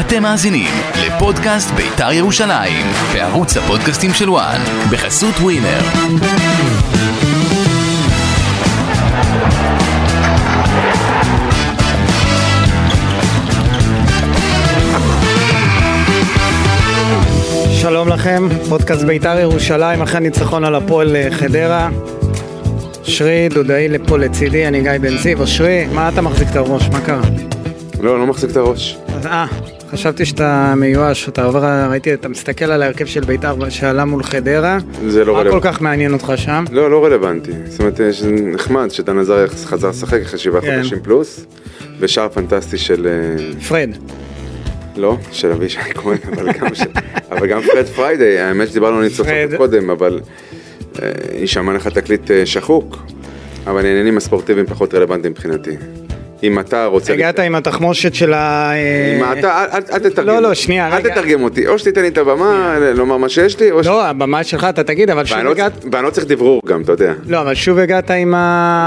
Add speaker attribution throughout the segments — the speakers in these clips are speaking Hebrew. Speaker 1: אתם מאזינים לפודקאסט בית"ר ירושלים, בערוץ הפודקאסטים של וואן, בחסות ווינר.
Speaker 2: שלום לכם, פודקאסט בית"ר ירושלים אחרי ניצחון על הפועל אה, חדרה. שרי דודאי לפה לצידי, אני גיא בן זיו. אשרי, מה אתה מחזיק את הראש? מה קרה?
Speaker 3: לא, אני לא מחזיק את הראש.
Speaker 2: אז, אה, חשבתי שאתה מיואש, אתה עובר, ראיתי, אתה מסתכל על ההרכב של בית"ר שעלה מול חדרה.
Speaker 3: זה לא
Speaker 2: מה כל
Speaker 3: רלוונטי.
Speaker 2: כך מעניין אותך שם?
Speaker 3: לא, לא רלוונטי. זאת אומרת, אה, שזה נחמד שדן עזריה חזר לשחק אחרי שבעה
Speaker 2: כן.
Speaker 3: חודשים פלוס, ושער פנטסטי של... אה,
Speaker 2: פרד,
Speaker 3: לא, של אבישי כהן, אבל גם של... אבל גם פרד פריידי, האמת שדיברנו על ניצחון
Speaker 2: פרד.
Speaker 3: קודם, אבל אה, יישמע לך תקליט אה, שחוק, אבל העניינים הספורטיביים פחות רלוונטיים מבחינתי. אם אתה רוצה...
Speaker 2: הגעת עם התחמושת של ה... אה,
Speaker 3: אם אתה, אל- אל אל תתרגם.
Speaker 2: לא, לא,
Speaker 3: אותי.
Speaker 2: שנייה,
Speaker 3: אל
Speaker 2: רגע.
Speaker 3: תתרגם אותי, או שתיתן לי את הבמה לומר מה שיש לי, או ש...
Speaker 2: לא, הבמה שלך, אתה תגיד, אבל שוב
Speaker 3: ואני לא
Speaker 2: הגעת...
Speaker 3: צריך- ואני לא צריך דברור גם, אתה יודע.
Speaker 2: לא, אבל שוב הגעת עם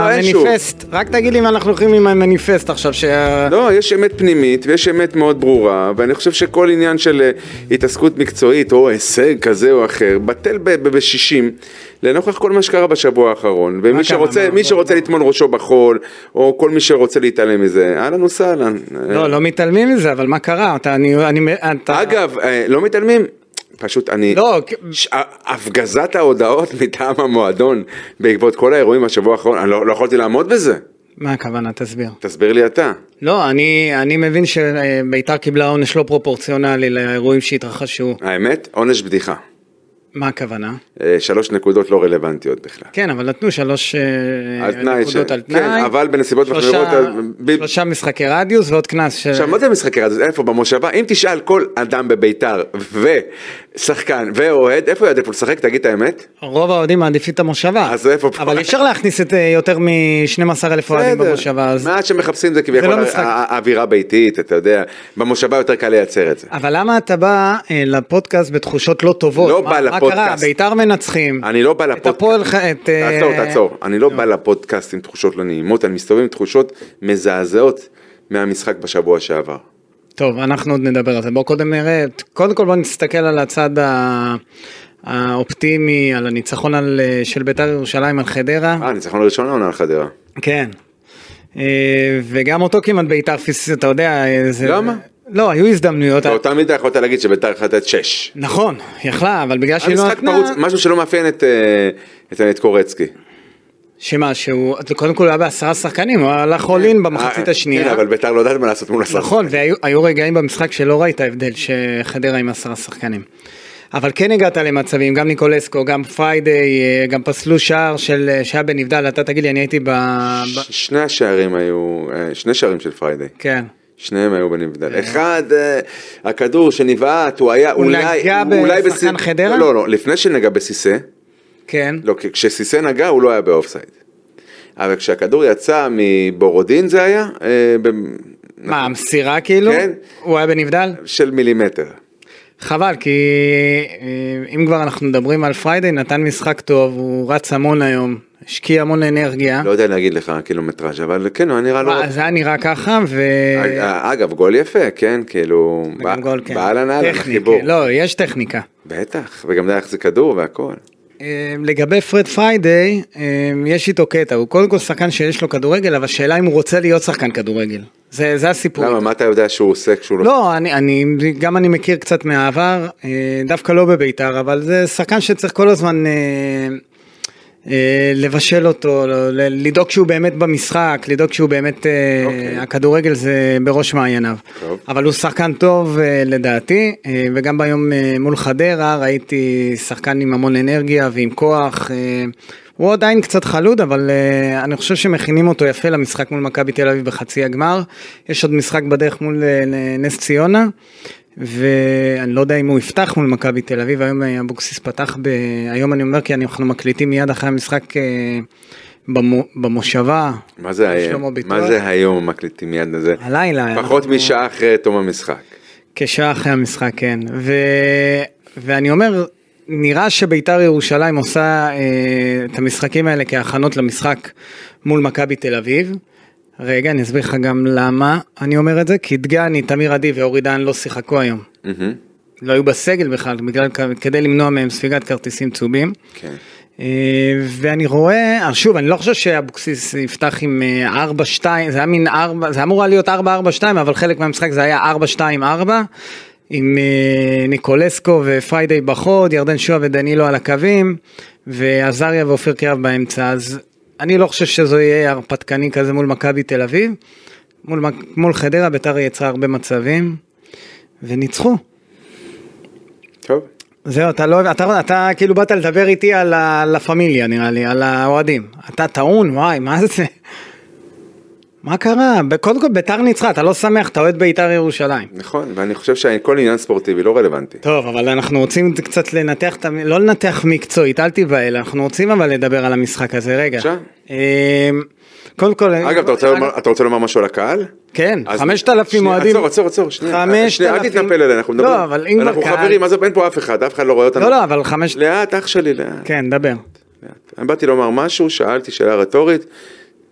Speaker 3: לא, אין שוב.
Speaker 2: המניפסט. רק תגיד לי אם אנחנו הולכים עם המניפסט עכשיו, שה...
Speaker 3: לא, יש אמת פנימית ויש אמת מאוד ברורה, ואני חושב שכל עניין של אה, התעסקות מקצועית או הישג כזה או אחר, בטל בשישים, לנוכח כל מה שקרה בשבוע האחרון,
Speaker 2: מה
Speaker 3: ומי
Speaker 2: קרה?
Speaker 3: שרוצה,
Speaker 2: מה?
Speaker 3: מי שרוצה לטמון ראשו בחול, או כל מי שרוצה להתעלם מזה, אהלן וסהלן.
Speaker 2: לא, לא מתעלמים מזה, אבל מה קרה? אתה, אני, אני, אתה...
Speaker 3: אגב, אה, לא מתעלמים, פשוט אני...
Speaker 2: לא, כ-
Speaker 3: ש- הפגזת ההודעות מטעם המועדון בעקבות כל האירועים בשבוע האחרון, אני לא לא יכולתי לעמוד בזה,
Speaker 2: מה הכוונה? תסביר.
Speaker 3: תסביר לי אתה.
Speaker 2: לא, אני, אני מבין שביתר קיבלה עונש לא פרופורציונלי לאירועים שהתרחשו.
Speaker 3: האמת, עונש בדיחה.
Speaker 2: מה הכוונה?
Speaker 3: אה, שלוש נקודות לא רלוונטיות בכלל.
Speaker 2: כן, אבל נתנו שלוש אה,
Speaker 3: על תנאי ש-
Speaker 2: נקודות על תנאי.
Speaker 3: כן, אבל בנסיבות
Speaker 2: שלושה-
Speaker 3: מחמירות, ב-
Speaker 2: שלושה משחקי רדיוס ועוד קנס. ש-
Speaker 3: עכשיו מה זה משחקי רדיוס? איפה במושבה? אם תשאל כל אדם בביתר ושחקן ואוהד, איפה הוא יעדיף לשחק? תגיד את האמת.
Speaker 2: רוב האוהדים מעדיפים את המושבה.
Speaker 3: אז איפה פה?
Speaker 2: אבל אי אפשר להכניס את אה, יותר מ-12 אלף אוהדים
Speaker 3: בסדר.
Speaker 2: במושבה. אז...
Speaker 3: מאז שמחפשים זה כביכול
Speaker 2: זה לא משחק.
Speaker 3: הא- הא- האווירה ביתית, אתה יודע, במושבה יותר קל לייצר את זה.
Speaker 2: אבל למה אתה בא אה, לפודקאסט בתחושות לא טובות?
Speaker 3: לא
Speaker 2: מה-
Speaker 3: בא
Speaker 2: מה קרה?
Speaker 3: לפודקאסט.
Speaker 2: ביתר מנצחים.
Speaker 3: אני לא בא לפודקאסט.
Speaker 2: הפועל ח- את, אה,
Speaker 3: תעצור, תעצור. אני לא בא לפודקאסט עם תחושות לא נעימות, אני מסתובב עם תחושות מזעזעות מהמשחק בשבוע שעבר.
Speaker 2: טוב, אנחנו עוד נדבר על זה. בואו קודם נראה, קודם כל בואו נסתכל על הצד ה- האופטימי, על הניצחון על, אה, של בית"ר ירושלים על חדרה.
Speaker 3: אה, ניצחון ראשון לעונה על חדרה.
Speaker 2: כן. אה, וגם אותו כמעט בית"ר פיס, אתה יודע, אה, זה...
Speaker 3: למה?
Speaker 2: לא, היו הזדמנויות.
Speaker 3: באותה מידה יכולת להגיד שביתר יכולה לתת שש.
Speaker 2: נכון, יכלה, אבל בגלל שהיא לא
Speaker 3: המשחק
Speaker 2: נתנה...
Speaker 3: פרוץ, משהו שלא מאפיין את, אה, את, את קורצקי.
Speaker 2: שמה, שהוא... קודם כל הוא היה בעשרה שחקנים, הוא הלך הולין במחצית
Speaker 3: אה,
Speaker 2: השנייה.
Speaker 3: כן, אבל ביתר לא יודעת מה לעשות מול הסרט.
Speaker 2: נכון, והיו היו רגעים במשחק שלא ראית הבדל שחדרה עם עשרה שחקנים. אבל כן הגעת למצבים, גם ניקולסקו, גם פריידי, אה, גם פסלו שער של, אה, שהיה בנבדל, אתה תגיד לי, אני הייתי ב... ב...
Speaker 3: ש- שני השערים היו, אה, שני שערים של פריידי.
Speaker 2: כן.
Speaker 3: שניהם היו בנבדל. אחד, אה, הכדור שנבעט, הוא היה
Speaker 2: הוא
Speaker 3: אולי,
Speaker 2: נגע
Speaker 3: אולי
Speaker 2: בשחקן
Speaker 3: בסיס-
Speaker 2: חדרה?
Speaker 3: לא, לא, לפני שנגע בסיסא,
Speaker 2: כן.
Speaker 3: לא, כ- כשסיסא נגע הוא לא היה באופסייד. אבל כשהכדור יצא מבורודין זה היה, אה, ב-
Speaker 2: מה, המסירה כאילו?
Speaker 3: כן.
Speaker 2: הוא היה בנבדל?
Speaker 3: של מילימטר.
Speaker 2: חבל, כי אה, אם כבר אנחנו מדברים על פריידי, נתן משחק טוב, הוא רץ המון היום, השקיע המון אנרגיה.
Speaker 3: לא יודע להגיד לך קילומטראז', אבל כן, הוא היה נראה לא... רע.
Speaker 2: אה. מה, זה היה נראה ככה, ו...
Speaker 3: אג- אגב, גול יפה, כן, כאילו,
Speaker 2: וגם
Speaker 3: בא-
Speaker 2: גול, כן.
Speaker 3: באהלן אהלן,
Speaker 2: טכני,
Speaker 3: החיבור.
Speaker 2: כן. לא, יש טכניקה.
Speaker 3: בטח, וגם דרך זה כדור והכל.
Speaker 2: אמ, לגבי פרד פריידיי, אמ, יש איתו קטע, הוא קודם כל שחקן שיש לו כדורגל, אבל השאלה אם הוא רוצה להיות שחקן כדורגל. זה, זה הסיפור.
Speaker 3: למה, מה אתה יודע שהוא עושה כשהוא לא...
Speaker 2: לא, אני, אני, גם אני מכיר קצת מהעבר, אה, דווקא לא בביתר, אבל זה שחקן שצריך כל הזמן אה, אה, לבשל אותו, ל- לדאוג שהוא באמת במשחק, לדאוג שהוא באמת, אה,
Speaker 3: אוקיי.
Speaker 2: הכדורגל זה בראש מעייניו.
Speaker 3: טוב.
Speaker 2: אבל הוא שחקן טוב אה, לדעתי, אה, וגם ביום אה, מול חדרה ראיתי שחקן עם המון אנרגיה ועם כוח. אה, הוא עדיין קצת חלוד, אבל אה, אני חושב שמכינים אותו יפה למשחק מול מכבי תל אביב בחצי הגמר. יש עוד משחק בדרך מול אה, נ- נס ציונה, ואני לא יודע אם הוא יפתח מול מכבי תל אביב, היום אה, אבוקסיס פתח, ב... היום אני אומר כי אנחנו מקליטים מיד אחרי המשחק אה, במו- במושבה.
Speaker 3: מה זה
Speaker 2: לא, שלמה
Speaker 3: היום?
Speaker 2: ביטון.
Speaker 3: מה זה היום מקליטים מיד לזה?
Speaker 2: הלילה.
Speaker 3: פחות
Speaker 2: אנחנו-
Speaker 3: משעה אחרי תום המשחק.
Speaker 2: כשעה אחרי המשחק, כן. ו... ואני אומר, נראה שביתר ירושלים עושה אה, את המשחקים האלה כהכנות למשחק מול מכבי תל אביב, רגע, אני אסביר לך גם למה אני אומר את זה, כי דגני, תמיר עדי ואורי דן לא שיחקו היום.
Speaker 3: מהמם.
Speaker 2: לא היו בסגל בכלל, בגלל, כדי למנוע מהם ספיגת כרטיסים צהובים.
Speaker 3: כן.
Speaker 2: אה, ואני רואה, אז שוב, אני לא חושב שאבוקסיס יפתח עם אה, 4-2, זה היה מין 4, זה אמור היה להיות 4-4-2, אבל חלק מהמשחק זה היה 4-2-4, עם אה, ניקולסקו ופריידי בחוד, ירדן שועה ודנילו על הקווים, ועזריה ואופיר קריאב באמצע, אז אני לא חושב שזה יהיה הרפתקני כזה מול מכבי תל אביב. מול, מק- מול חדרה ביתר יצרה הרבה מצבים, וניצחו.
Speaker 3: טוב.
Speaker 2: זהו, אתה לא, אתה, אתה כאילו באת לדבר איתי על ה- לה פמיליה נראה לי, על האוהדים. אתה טעון, וואי, מה זה? מה קרה? ב- קודם כל ביתר ניצחה, אתה לא שמח, אתה אוהד ביתר ירושלים.
Speaker 3: נכון, ואני חושב שכל עניין ספורטיבי לא רלוונטי.
Speaker 2: טוב, אבל אנחנו רוצים קצת לנתח, את המ- לא לנתח מקצועית, אל תיבהל, אנחנו רוצים אבל לדבר על המשחק הזה, רגע.
Speaker 3: בבקשה.
Speaker 2: אמ, קודם כל... אה,
Speaker 3: אגב, אתה רוצה לומר- אתה רוצה לומר משהו על הקהל?
Speaker 2: כן,
Speaker 3: אז-
Speaker 2: 5,000
Speaker 3: שנייה,
Speaker 2: אוהדים.
Speaker 3: עצור, עצור, עצור, שנייה. אה, שנייה,
Speaker 2: 5,000.
Speaker 3: אל תתנפל עליי, אנחנו מדברים.
Speaker 2: לא, אבל אם...
Speaker 3: אנחנו
Speaker 2: בקהל-
Speaker 3: חברים, עזוב, אין פה אף אחד, אף אחד לא רואה אותנו.
Speaker 2: לא, לא, אבל חמש...
Speaker 3: לאט, אח שלי, לאט.
Speaker 2: כן, דבר.
Speaker 3: לאט. אני באתי לומר משהו, שאלתי שאלה רטורית,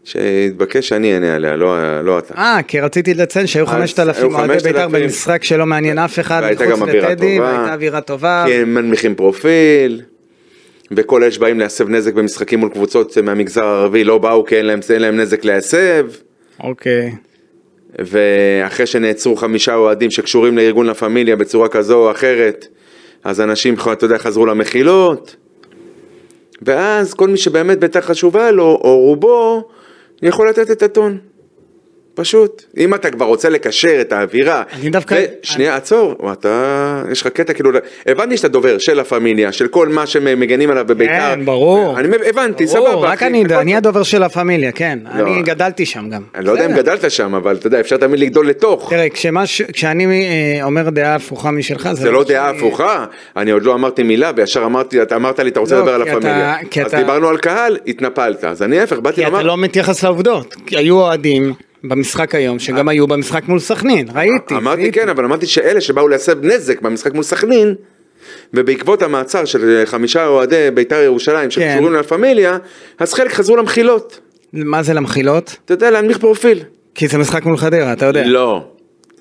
Speaker 3: שהתבקש שאני אענה עליה, לא- לא אתה.
Speaker 2: אה, כי רציתי לציין שהיו
Speaker 3: אז
Speaker 2: 5,000
Speaker 3: היו
Speaker 2: אוהדי בית"ר
Speaker 3: 5,000.
Speaker 2: במשחק שלא מעניין אף אחד,
Speaker 3: והייתה
Speaker 2: מחוץ
Speaker 3: גם אווירה
Speaker 2: לטדי,
Speaker 3: טובה. כן.
Speaker 2: והייתה אווירה טובה.
Speaker 3: כי הם מנמיכים פרופיל, וכל אלה שבאים להסב נזק במשחקים מול קבוצות מהמגזר הערבי לא באו כי אין להם, אין להם נזק להסב,
Speaker 2: אוקיי.
Speaker 3: ואחרי שנעצרו חמישה אוהדים שקשורים לארגון לה פמיליה בצורה כזו או אחרת, אז אנשים, אתה יודע, חזרו למחילות, ואז כל מי שבאמת ביתר חשובה לו, או רובו, יכול לתת את הטון. פשוט. אם אתה כבר רוצה לקשר את האווירה.
Speaker 2: אני דווקא-
Speaker 3: ו- שנייה, עצור. וואי, אתה... יש לך קטע כאילו... הבנתי שאתה דובר של לה פמיליה, של כל מה שמגנים עליו בביתר.
Speaker 2: כן, ברור.
Speaker 3: אני מב- הבנתי,
Speaker 2: ברור,
Speaker 3: סבבה.
Speaker 2: רק
Speaker 3: אחי.
Speaker 2: אני,
Speaker 3: הכל
Speaker 2: אני הדובר של הפמיליה, כן.
Speaker 3: לא.
Speaker 2: אני גדלתי שם גם.
Speaker 3: אני לא יודע אם
Speaker 2: בסדר.
Speaker 3: גדלת שם, אבל אתה יודע, אפשר תמיד לגדול לתוך.
Speaker 2: תראה, כשמשהו- כשאני אה, אומר דעה הפוכה משלך,
Speaker 3: זה לא דעה
Speaker 2: שאני-
Speaker 3: הפוכה, אני עוד לא אמרתי מילה וישר אמרתי, אתה אמרת לי, אתה רוצה
Speaker 2: לא,
Speaker 3: לדבר על
Speaker 2: כי אתה-
Speaker 3: הפמיליה.
Speaker 2: כי
Speaker 3: אז
Speaker 2: אתה-
Speaker 3: דיברנו על קהל, התנפלת. אז אני ההפך, באתי
Speaker 2: כי אתה
Speaker 3: לומר,
Speaker 2: לא מתייחס לעובדות. כי היו אוהדים במשחק היום, שגם היו במשחק מול סכנין, ראיתי.
Speaker 3: אה. אמרתי
Speaker 2: זיהיתי.
Speaker 3: כן, אבל אמרתי שאלה שבאו להסב נזק במשחק מול סכנין, ובעקבות המעצר של אה, חמישה אוהדי בית"ר
Speaker 2: כן.
Speaker 3: ירושלים שקשורים לה פמיליה, אז חלק חזרו למחילות.
Speaker 2: מה זה למחילות?
Speaker 3: אתה יודע, להנמיך פרופיל.
Speaker 2: כי זה משחק מול חדרה, אתה יודע.
Speaker 3: לא,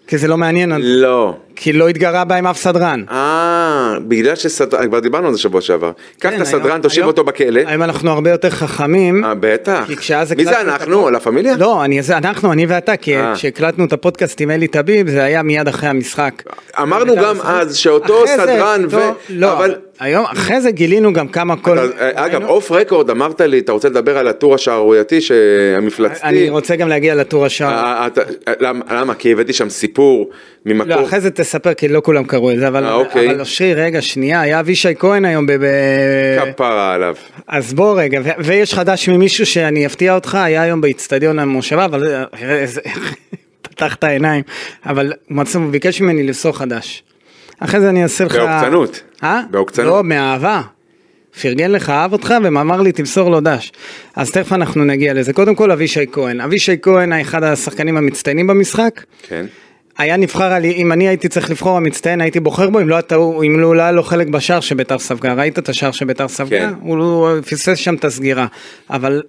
Speaker 2: כי זה לא מעניין,
Speaker 3: לא.
Speaker 2: כי לא התגרה בהם אף סדרן.
Speaker 3: אה, בגלל שסדרן, כבר דיברנו על זה שבוע שעבר. קח
Speaker 2: כן,
Speaker 3: את הסדרן,
Speaker 2: היום-
Speaker 3: תושיב
Speaker 2: היום-
Speaker 3: אותו בכלא.
Speaker 2: היום אנחנו הרבה יותר חכמים.
Speaker 3: אה, בטח.
Speaker 2: כי כשאז
Speaker 3: מי זה
Speaker 2: הקלטנו את
Speaker 3: אנחנו?
Speaker 2: הפוד-
Speaker 3: לה פמיליה?
Speaker 2: לא, אני, זה אנחנו, אני ואתה, כי
Speaker 3: אה.
Speaker 2: כשהקלטנו את הפודקאסט עם אלי טביב, זה היה מיד אחרי המשחק.
Speaker 3: אמרנו גם אז שאותו
Speaker 2: אחרי זה,
Speaker 3: סדרן ו...
Speaker 2: טוב, לא,
Speaker 3: אבל...
Speaker 2: אבל... היום, אחרי זה גילינו גם כמה כל...
Speaker 3: אז, אה, אגב,
Speaker 2: היינו-
Speaker 3: אוף רקורד אמרת לי, אתה רוצה לדבר על הטור השערורייתי, ש- המפלצתי?
Speaker 2: אני רוצה גם להגיע לטור השער.
Speaker 3: אה, אה, אתה- אה, למה? למה? כי הבאתי שם סיפור
Speaker 2: לא,
Speaker 3: ממקור...
Speaker 2: אחרי זה תספר, כי לא כולם קראו את זה, אבל
Speaker 3: אה, אוקיי.
Speaker 2: אבל אושרי, רגע, שנייה, היה אבישי כהן היום ב... ב-
Speaker 3: כפרה עליו.
Speaker 2: אז בוא רגע, ו- ויש חדש ממישהו שאני אפתיע אותך, היה היום באיצטדיון המושבה, אבל אה, אה, זה- פתח את העיניים, אבל הוא מצא- הוא ביקש ממני לבשור חדש. אחרי זה אני אעשה לך...
Speaker 3: בעוקצנות.
Speaker 2: אה?
Speaker 3: בעוקצנות.
Speaker 2: לא, מאהבה. פרגן לך, אהב אותך, ואמר לי תמסור לו דש. אז תכף אנחנו נגיע לזה. קודם כל אבישי כהן. אבישי כהן היה אחד השחקנים המצטיינים במשחק.
Speaker 3: כן.
Speaker 2: היה נבחר, על, אם אני הייתי צריך לבחור המצטיין הייתי בוחר בו, אם לא, אתה, אם לא היה לו חלק בשער שביתר ספגה, ראית את השער שביתר ספגה?
Speaker 3: כן.
Speaker 2: הוא, לא- הוא פספס שם את הסגירה, אבל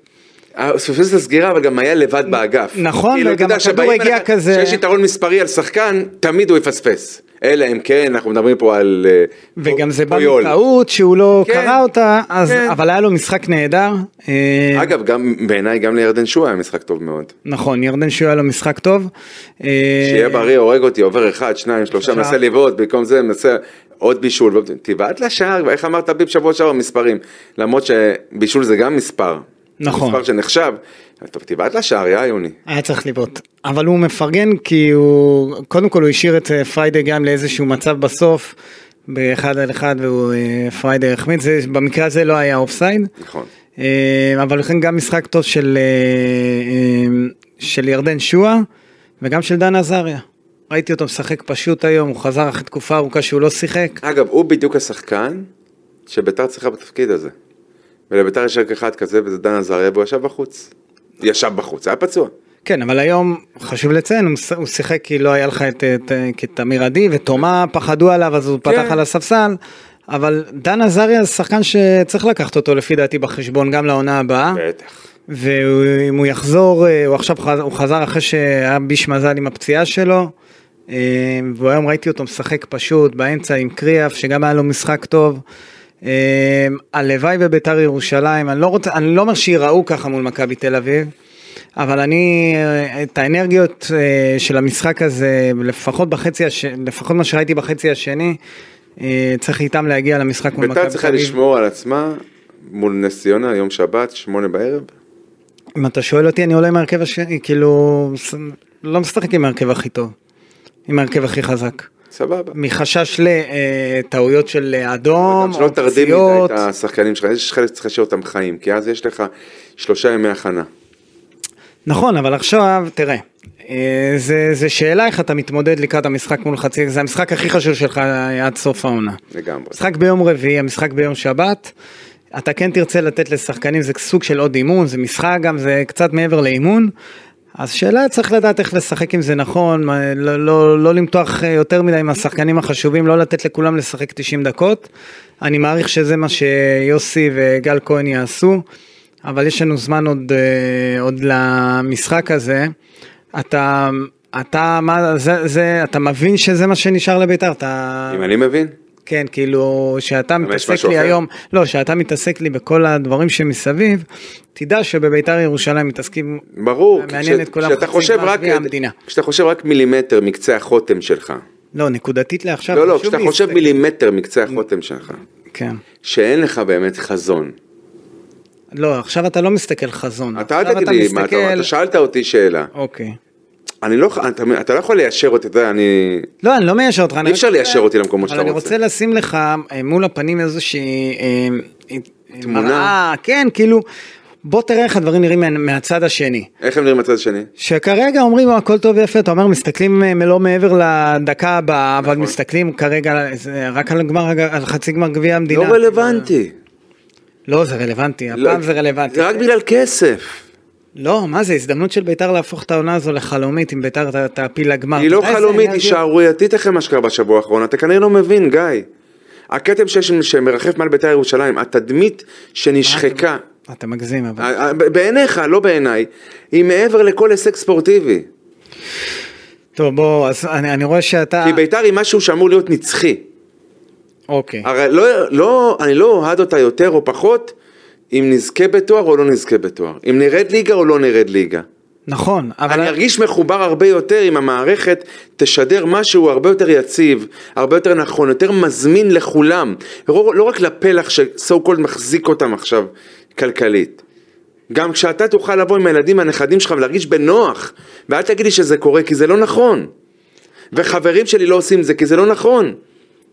Speaker 3: אה, פספס לסגירה, אבל גם היה לבד באגף.
Speaker 2: נכון,
Speaker 3: כאילו, אתה
Speaker 2: וגם
Speaker 3: יודע,
Speaker 2: הכדור
Speaker 3: שבאים
Speaker 2: הגיע
Speaker 3: אליך-
Speaker 2: כזה-
Speaker 3: כשיש יתרון מספרי על שחקן, תמיד הוא יפספס. אלא אם כן, אנחנו מדברים פה על... אה,
Speaker 2: וגם זה בא
Speaker 3: פויול.
Speaker 2: מטעות שהוא לא
Speaker 3: כן,
Speaker 2: קרא אותה, אז,
Speaker 3: כן.
Speaker 2: אבל היה לו משחק נהדר. אה,
Speaker 3: אגב, גם בעיניי, גם לירדן שועה היה משחק טוב מאוד.
Speaker 2: נכון, ירדן שהוא היה לו משחק טוב. אה,
Speaker 3: שיהיה בריא, הורג אותי, עובר אחד, שניים, שלושה, מנסה לבעוט, במקום זה מנסה עוד בישול, תבעט לשער, איך אמרת ביב שבוע שעבר, מספרים, למרות שבישול זה גם מספר,
Speaker 2: נכון.
Speaker 3: מספר שנחשב, טוב, תבעט לשער, יא יוני,
Speaker 2: היה צריך לבעוט, אבל הוא מפרגן כי הוא, קודם כל הוא השאיר את אה, פריידי גם לאיזשהו מצב בסוף, באחד על אחד, והוא אה, פריידי החמיץ, זה- במקרה הזה לא היה אופסייד.
Speaker 3: נכון,
Speaker 2: אה, אבל לכן גם משחק טוב של, אה, אה, של ירדן שועה וגם של דן עזריה. ראיתי אותו משחק פשוט היום, הוא חזר אחרי תקופה ארוכה שהוא לא שיחק.
Speaker 3: אגב, הוא בדיוק השחקן שביתר צריכה בתפקיד הזה, ולביתר יש רק אחד כזה, וזה דן עזריה, והוא ישב בחוץ, ישב בחוץ, היה פצוע,
Speaker 2: כן, אבל היום, חשוב לציין, הוא ש- הוא שיחק כי לא היה לך את, את, את תמיר עדי ותומה פחדו עליו אז הוא
Speaker 3: כן.
Speaker 2: פתח על הספסל.
Speaker 3: כן,
Speaker 2: אבל דן עזריה זה שחקן שצריך לקחת אותו לפי דעתי בחשבון גם לעונה הבאה.
Speaker 3: בטח,
Speaker 2: ואם הוא יחזור, אה, הוא עכשיו חזר, הוא חזר אחרי שהיה ביש מזל עם הפציעה שלו, אה, והיום ראיתי אותו משחק פשוט באמצע עם קריאף, שגם היה לו משחק טוב. אה, הלוואי בביתר ירושלים, אני לא, רוצה, אני לא אומר שייראו ככה מול מכבי תל אביב, אבל אני, אה, את האנרגיות אה, של המשחק הזה, לפחות בחצי, הש... לפחות מה שראיתי בחצי השני, אה, צריך איתם להגיע למשחק מול מכבי תל
Speaker 3: ביתר
Speaker 2: אביב.
Speaker 3: צריכה לשמור על עצמה מול נס ציונה, יום שבת, שמונה בערב.
Speaker 2: אם אתה שואל אותי, אני עולה עם ההרכב השני, כאילו, ס- לא משחק עם ההרכב הכי טוב, עם ההרכב הכי חזק.
Speaker 3: סבבה.
Speaker 2: מחשש לטעויות של אה, אדום,
Speaker 3: גם שלא
Speaker 2: או
Speaker 3: תרדים מדי
Speaker 2: פציעות.
Speaker 3: את השחקנים שלך, יש חלק שצריך להשאיר אותם חיים, כי אז יש לך שלושה ימי הכנה.
Speaker 2: נכון, אבל עכשיו, תראה, אה, זה, זה שאלה איך אתה מתמודד לקראת המשחק מול חצי, זה המשחק הכי חשוב שלך עד סוף העונה.
Speaker 3: לגמרי.
Speaker 2: המשחק ביום רביעי, המשחק ביום שבת, אתה כן תרצה לתת לשחקנים, זה סוג של עוד אימון, זה משחק גם, זה קצת מעבר לאימון. אז שאלה צריך לדעת איך לשחק עם זה נכון, מה- לא, לא, לא למתוח אה, יותר מדי עם השחקנים החשובים, לא לתת לכולם לשחק 90 דקות. אני מעריך שזה מה שיוסי וגל כהן יעשו, אבל יש לנו זמן עוד, אה, עוד למשחק הזה. אתה, אתה, מה, זה, זה, אתה מבין שזה מה שנשאר לבית"ר, אתה...
Speaker 3: אם אני מבין,
Speaker 2: כן, כאילו, שאתה
Speaker 3: יש
Speaker 2: מתעסק
Speaker 3: משהו
Speaker 2: לי
Speaker 3: אחר?
Speaker 2: היום, לא, שאתה מתעסק לי בכל הדברים שמסביב, תדע שבביתר ירושלים מתעסקים,
Speaker 3: ברור. כי
Speaker 2: מעניין
Speaker 3: כש-
Speaker 2: את כולם
Speaker 3: כשאתה
Speaker 2: חצי
Speaker 3: חושב
Speaker 2: גמר
Speaker 3: רק-
Speaker 2: גביע המדינה.
Speaker 3: כשאתה חושב רק מילימטר מקצה החותם שלך.
Speaker 2: לא, נקודתית לעכשיו,
Speaker 3: לא, לא,
Speaker 2: חשוב
Speaker 3: כשאתה
Speaker 2: לי
Speaker 3: חושב
Speaker 2: להסתכל.
Speaker 3: מילימטר מקצה החותם שלך,
Speaker 2: כן.
Speaker 3: שאין לך באמת חזון.
Speaker 2: לא, עכשיו אתה לא מסתכל חזון.
Speaker 3: אתה אל
Speaker 2: נכון. עכשיו
Speaker 3: תגיד לי מה אתה אומר, אתה שאלת אותי שאלה.
Speaker 2: אוקיי.
Speaker 3: אני לא, אתה, אתה לא יכול ליישר אותי, אתה יודע, אני...
Speaker 2: לא, אני לא מיישר אותך. אני
Speaker 3: אי אפשר
Speaker 2: רק-
Speaker 3: ליישר אותי למקומות שאתה
Speaker 2: אבל אני
Speaker 3: רוצה.
Speaker 2: רוצה לשים לך אה, מול הפנים איזושהי... אה, אה,
Speaker 3: תמונה.
Speaker 2: מראה, כן, כאילו, בוא תראה איך הדברים נראים מה- מהצד השני.
Speaker 3: איך הם נראים מהצד השני?
Speaker 2: שכרגע אומרים "אה, הכל טוב ויפה, אתה אומר מסתכלים אה, לא מעבר לדקה הבאה, אבל
Speaker 3: נכון.
Speaker 2: מסתכלים כרגע על- זה רק על, גמר, על חצי גמר גביע המדינה.
Speaker 3: לא רלוונטי.
Speaker 2: לא, זה רלוונטי, הפעם
Speaker 3: לא-
Speaker 2: זה רלוונטי.
Speaker 3: זה רק בגלל כסף.
Speaker 2: לא, מה זה, הזדמנות של ביתר להפוך את העונה הזו לחלומית, אם ביתר ת- תעפיל לגמר.
Speaker 3: היא לא
Speaker 2: אתה יודע איזה
Speaker 3: חלומית, היא
Speaker 2: אנרגיה?
Speaker 3: שערורייתית אחרי מה שקרה בשבוע האחרון, אתה כנראה לא מבין, גיא. הכתם שיש שמרחף מעל בית"ר ירושלים, התדמית שנשחקה,
Speaker 2: אתה מגזים, אבל...
Speaker 3: ה- ה- בעיניך, לא בעיניי, היא מעבר לכל הישג ספורטיבי.
Speaker 2: טוב, בוא, אז אני אני רואה שאתה...
Speaker 3: כי בית"ר היא משהו שאמור להיות נצחי.
Speaker 2: אוקיי.
Speaker 3: הרי לא, לא, אני לא אוהד אותה יותר או פחות אם נזכה בתואר או לא נזכה בתואר, אם נרד ליגה או לא נרד ליגה.
Speaker 2: נכון, אבל...
Speaker 3: אני ארגיש מחובר הרבה יותר אם המערכת תשדר משהו הרבה יותר יציב, הרבה יותר נכון, יותר מזמין לכולם. לא, לא רק לפלח שסו קולד מחזיק אותם עכשיו כלכלית. גם כשאתה תוכל לבוא עם הילדים הנכדים שלך ולהרגיש בנוח, ואל תגיד לי שזה קורה כי זה לא נכון. וחברים שלי לא עושים זה כי זה לא נכון.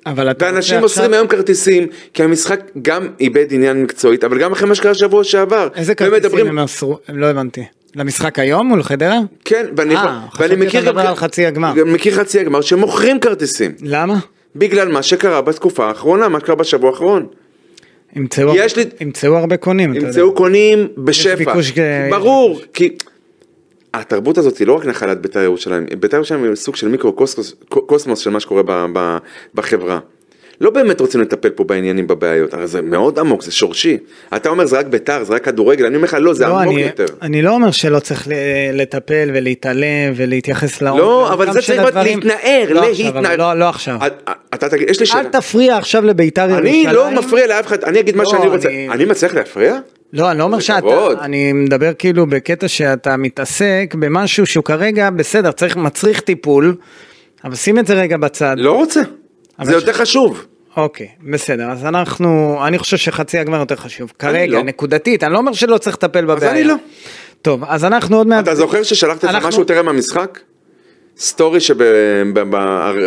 Speaker 2: אבל אתה...
Speaker 3: ואנשים
Speaker 2: רוצה עכשיו-
Speaker 3: מוסרים היום כרטיסים, כי המשחק גם איבד עניין מקצועית, אבל גם אחרי מה שקרה שבוע שעבר.
Speaker 2: איזה
Speaker 3: ומדברים-
Speaker 2: כרטיסים הם מסרו? לא הבנתי. למשחק היום מול חדרה?
Speaker 3: כן, ואני,
Speaker 2: אה,
Speaker 3: יכול-
Speaker 2: חשבתי
Speaker 3: ואני מכיר
Speaker 2: שאתה
Speaker 3: גם...
Speaker 2: מדבר על חצי הגמר.
Speaker 3: גם מכיר חצי הגמר שמוכרים כרטיסים,
Speaker 2: למה?
Speaker 3: בגלל מה שקרה בתקופה האחרונה, מה שקרה בשבוע האחרון.
Speaker 2: ימצאו,
Speaker 3: יש לי-
Speaker 2: ימצאו הרבה קונים, אתה
Speaker 3: ימצאו
Speaker 2: יודע.
Speaker 3: קונים בשפע.
Speaker 2: ביקוש כ-
Speaker 3: ברור, כי... התרבות הזאת היא לא רק נחלת בית"ר ירושלים, בית"ר ירושלים היא סוג של מיקרו-קוסמוס של מה שקורה ב- ב- בחברה. לא באמת רוצים לטפל פה בעניינים, בבעיות, הרי זה מאוד עמוק, זה שורשי. אתה אומר זה רק בית"ר, זה רק כדורגל, אני אומר לך לא, זה
Speaker 2: לא,
Speaker 3: עמוק
Speaker 2: אני,
Speaker 3: יותר.
Speaker 2: אני לא אומר שלא צריך ל- לטפל ולהתעלם ולהתייחס לעומק.
Speaker 3: לא, אבל
Speaker 2: גם
Speaker 3: זה
Speaker 2: של
Speaker 3: צריך להיות
Speaker 2: הדברים.
Speaker 3: להתנער,
Speaker 2: לא עכשיו, אבל
Speaker 3: להתנער.
Speaker 2: לא, לא עכשיו.
Speaker 3: אה, אה, אתה תגיד, יש לי שאלה.
Speaker 2: אל תפריע עכשיו לביתר ירושלים.
Speaker 3: אני לא מפריע לאף אחד, אני אגיד מה
Speaker 2: לא,
Speaker 3: שאני רוצה.
Speaker 2: אני-
Speaker 3: אני מצליח להפריע?
Speaker 2: לא, אני לא אומר
Speaker 3: זה
Speaker 2: שאתה,
Speaker 3: כבוד.
Speaker 2: אני מדבר כאילו בקטע שאתה מתעסק במשהו שהוא כרגע בסדר, צריך, מצריך טיפול, אבל שים את זה רגע בצד.
Speaker 3: לא רוצה.
Speaker 2: אבל
Speaker 3: זה
Speaker 2: ש-
Speaker 3: יותר חשוב.
Speaker 2: אוקיי, בסדר, אז אנחנו, אני חושב שחצי הגמר יותר חשוב. כרגע,
Speaker 3: לא.
Speaker 2: נקודתית, אני לא אומר שלא צריך לטפל בבעיה.
Speaker 3: אני לא.
Speaker 2: טוב, אז אנחנו עוד מעט...
Speaker 3: אתה זוכר ששלחת איזה
Speaker 2: אנחנו-
Speaker 3: משהו טרם המשחק? סטורי שב... ב- ב-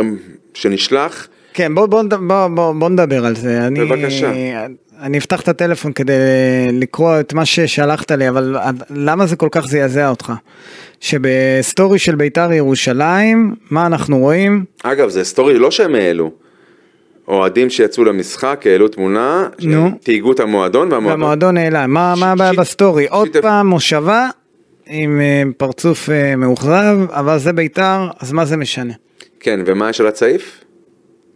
Speaker 3: שנשלח,
Speaker 2: כן, בוא, בוא, נד- בוא, בוא, בוא נדבר על זה. אני,
Speaker 3: בבקשה.
Speaker 2: אני אפתח את הטלפון כדי לקרוא את מה ששלחת לי, אבל עד- למה זה כל כך זעזע אותך? שבסטורי של בית"ר ירושלים, מה אנחנו רואים?
Speaker 3: אגב זה סטורי לא שהם העלו, אוהדים שיצאו למשחק העלו תמונה,
Speaker 2: נו.
Speaker 3: תהיגו את המועדון והמועדון,
Speaker 2: והמועדון העלה. מה, מה הבעיה
Speaker 3: שיט-
Speaker 2: בסטורי? עוד
Speaker 3: שיתף.
Speaker 2: פעם מושבה עם אה, פרצוף אה, מאוכזב, אבל זה בית"ר, אז מה זה משנה?
Speaker 3: כן ומה יש על הצעיף?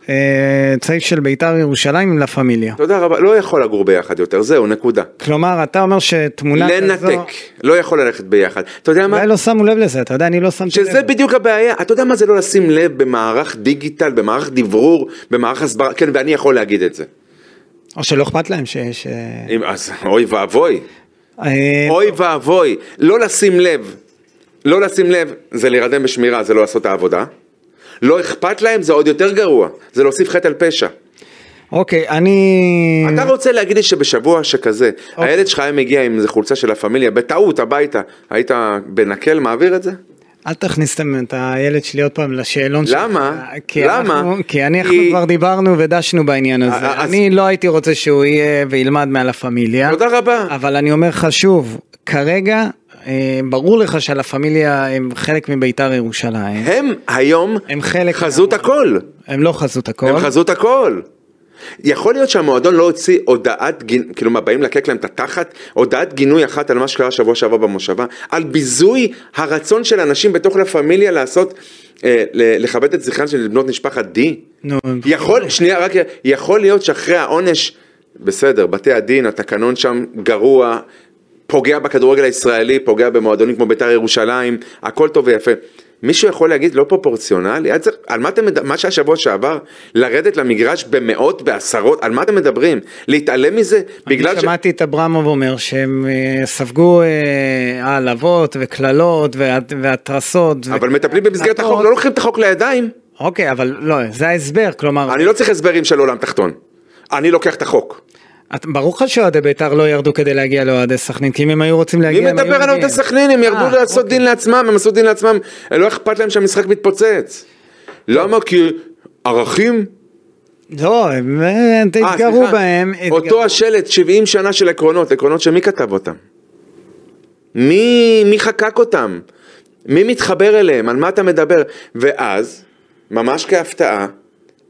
Speaker 2: אה, צעיף של ביתר ירושלים עם לה פמיליה.
Speaker 3: תודה רבה, לא יכול לגור ביחד יותר, זהו, נקודה.
Speaker 2: כלומר, אתה אומר שתמונה כזו...
Speaker 3: לנתק, לא יכול ללכת ביחד. אתה יודע מה?
Speaker 2: אולי לא שמו לב לזה, אתה יודע, אני לא שמתי לב.
Speaker 3: שזה בדיוק הבעיה, אתה יודע מה זה לא לשים לב במערך דיגיטל, במערך דברור, במערך הסברה, כן, ואני יכול להגיד את זה.
Speaker 2: או שלא אכפת להם שיש...
Speaker 3: אם- אז אוי ואבוי,
Speaker 2: אה, כן.
Speaker 3: אוי ואבוי, לא לשים לב, לא לשים לב זה להירדם בשמירה, זה לא לעשות את העבודה. לא אכפת להם, זה עוד יותר גרוע, זה להוסיף חטא על פשע.
Speaker 2: אוקיי, אני...
Speaker 3: אתה לא- רוצה להגיד לי שבשבוע שכזה,
Speaker 2: אוקיי.
Speaker 3: הילד שלך היה מגיע עם איזה חולצה של הפמיליה, בטעות הביתה, היית בנקל מעביר את זה?
Speaker 2: אל תכניס אתם את הילד שלי עוד פעם לשאלון שלך.
Speaker 3: למה?
Speaker 2: כי
Speaker 3: למה?
Speaker 2: אנחנו, כי אנחנו
Speaker 3: כי- אה,
Speaker 2: כבר דיברנו ודשנו בעניין הזה.
Speaker 3: אז-
Speaker 2: אני לא הייתי רוצה שהוא יהיה וילמד מהלה פמיליה.
Speaker 3: תודה רבה.
Speaker 2: אבל אני אומר לך שוב, כרגע אה, ברור לך שהלה פמיליה הם חלק מביתר ירושלים.
Speaker 3: הם היום
Speaker 2: הם חלק
Speaker 3: חזות
Speaker 2: מהמועדון.
Speaker 3: הכל.
Speaker 2: הם לא חזות הכל.
Speaker 3: הם חזות הכל. יכול להיות שהמועדון לא הוציא הודעת גינוי, כאילו מה, באים לקק להם את התחת? הודעת גינוי אחת על מה שקרה שבוע שעבר במושבה? על ביזוי הרצון של אנשים בתוך לה פמיליה לעשות, אה, ל- לכבד את זכרן של בנות משפחת די?
Speaker 2: נו, הם-
Speaker 3: יכול, שנייה, רק, יכול להיות שאחרי העונש, בסדר, בתי הדין, התקנון שם גרוע, פוגע בכדורגל הישראלי, פוגע במועדונים כמו בית"ר ירושלים, הכל טוב ויפה. מישהו יכול להגיד לא פרופורציונלי? היה צריך, על מה אתם מדברים? מה שהיה שבוע שעבר? לרדת למגרש במאות, בעשרות? על מה אתם מדברים? להתעלם מזה? בגלל
Speaker 2: אני שמעתי את אברמוב אומר שהם אה, ספגו אה, העלבות וקללות וה- והתרסות.
Speaker 3: אבל מטפלים במסגרת החוק, לא לוקחים את החוק לידיים.
Speaker 2: אוקיי, אבל לא, זה ההסבר, כלומר,
Speaker 3: אני לא צריך הסברים של עולם תחתון. אני לוקח את החוק.
Speaker 2: את- ברור לך שאוהדי בית"ר לא ירדו כדי להגיע לאוהדי סכנין, כי אם הם היו רוצים להגיע,
Speaker 3: מי
Speaker 2: הם היו
Speaker 3: מדבר על אוהדי
Speaker 2: מגיעים.
Speaker 3: סכנין? הם ירדו
Speaker 2: אה,
Speaker 3: לעשות
Speaker 2: אוקיי.
Speaker 3: דין לעצמם, הם עשו דין לעצמם. לא אכפת להם שהמשחק מתפוצץ. למה? כי ערכים?
Speaker 2: לא, הם אה,
Speaker 3: אה,
Speaker 2: התגרו
Speaker 3: סליחה.
Speaker 2: בהם.
Speaker 3: אותו
Speaker 2: התגרו.
Speaker 3: השלט, 70 שנה של עקרונות, עקרונות שמי כתב אותם? מי, מי חקק אותם? מי מתחבר אליהם? על מה אתה מדבר? ואז, ממש כהפתעה,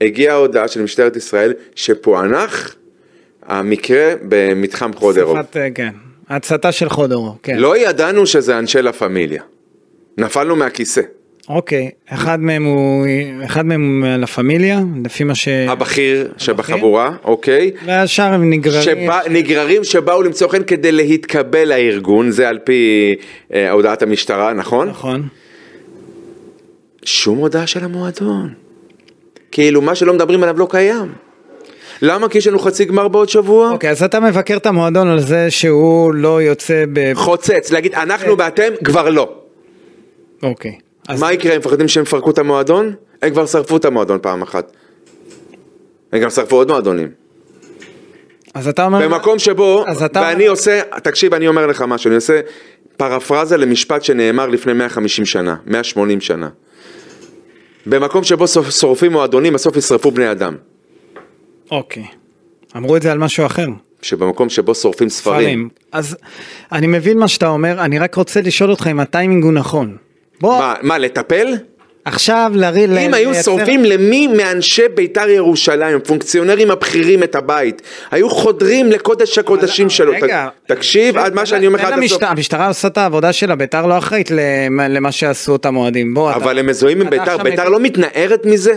Speaker 3: הגיעה ההודעה של משטרת ישראל שפוענח המקרה במתחם חודרוב.
Speaker 2: שפת, אה, כן, הצתה של חודורוב, כן.
Speaker 3: לא ידענו שזה אנשי לה פמיליה. נפלנו מהכיסא.
Speaker 2: אוקיי, אחד מהם הוא, אחד מהם הוא לה פמיליה, לפי מה ש...
Speaker 3: הבכיר שבחבורה, אוקיי?
Speaker 2: והשאר הם נגררים.
Speaker 3: שבא, נגררים שבאו למצוא חן כדי להתקבל לארגון, זה על פי אה, הודעת המשטרה, נכון?
Speaker 2: נכון.
Speaker 3: שום הודעה של המועדון. כאילו, מה שלא מדברים עליו לא קיים. למה? כי יש לנו חצי גמר בעוד שבוע?
Speaker 2: אוקיי, אז אתה מבקר את המועדון על זה שהוא לא יוצא ב...
Speaker 3: חוצץ, להגיד אנחנו ואתם כבר לא.
Speaker 2: אוקיי. כן. אז
Speaker 3: מה יקרה, הם מפחדים שהם יפרקו את המועדון? הם כבר שרפו את המועדון פעם אחת. הם גם שרפו עוד מועדונים.
Speaker 2: אז אתה אומר...
Speaker 3: במקום שבו,
Speaker 2: אז אתה-
Speaker 3: ואני עושה, תקשיב, אני אומר לך משהו, אני עושה פרפרזה למשפט שנאמר לפני 150 שנה, 180 שנה. במקום שבו סופ- שורפים מועדונים, בסוף ישרפו בני אדם.
Speaker 2: אוקיי. אמרו את זה על משהו אחר.
Speaker 3: שבמקום שבו שורפים ספרים.
Speaker 2: ספרים. אז אני מבין מה שאתה אומר, אני רק רוצה לשאול אותך אם הטיימינג הוא נכון. בוא,
Speaker 3: מה, מה, לטפל?
Speaker 2: עכשיו להרי...
Speaker 3: אם היו שורפים למי מאנשי בית"ר ירושלים, הפונקציונרים הבכירים את הבית, היו חודרים לקודש הקודשים שלו.
Speaker 2: רגע.
Speaker 3: ת- תקשיב, עד מה שאני אומר לך
Speaker 2: תן
Speaker 3: עד הסוף.
Speaker 2: למשטרה- המשטרה עושה את העבודה שלה, ביתר לא אחראית למ- למה שעשו אותם אוהדים. בוא, אתה-
Speaker 3: אבל הם מזוהים עם
Speaker 2: אתה
Speaker 3: בית"ר,
Speaker 2: עכשיו
Speaker 3: בית"ר
Speaker 2: מגיע-
Speaker 3: לא מתנערת מזה?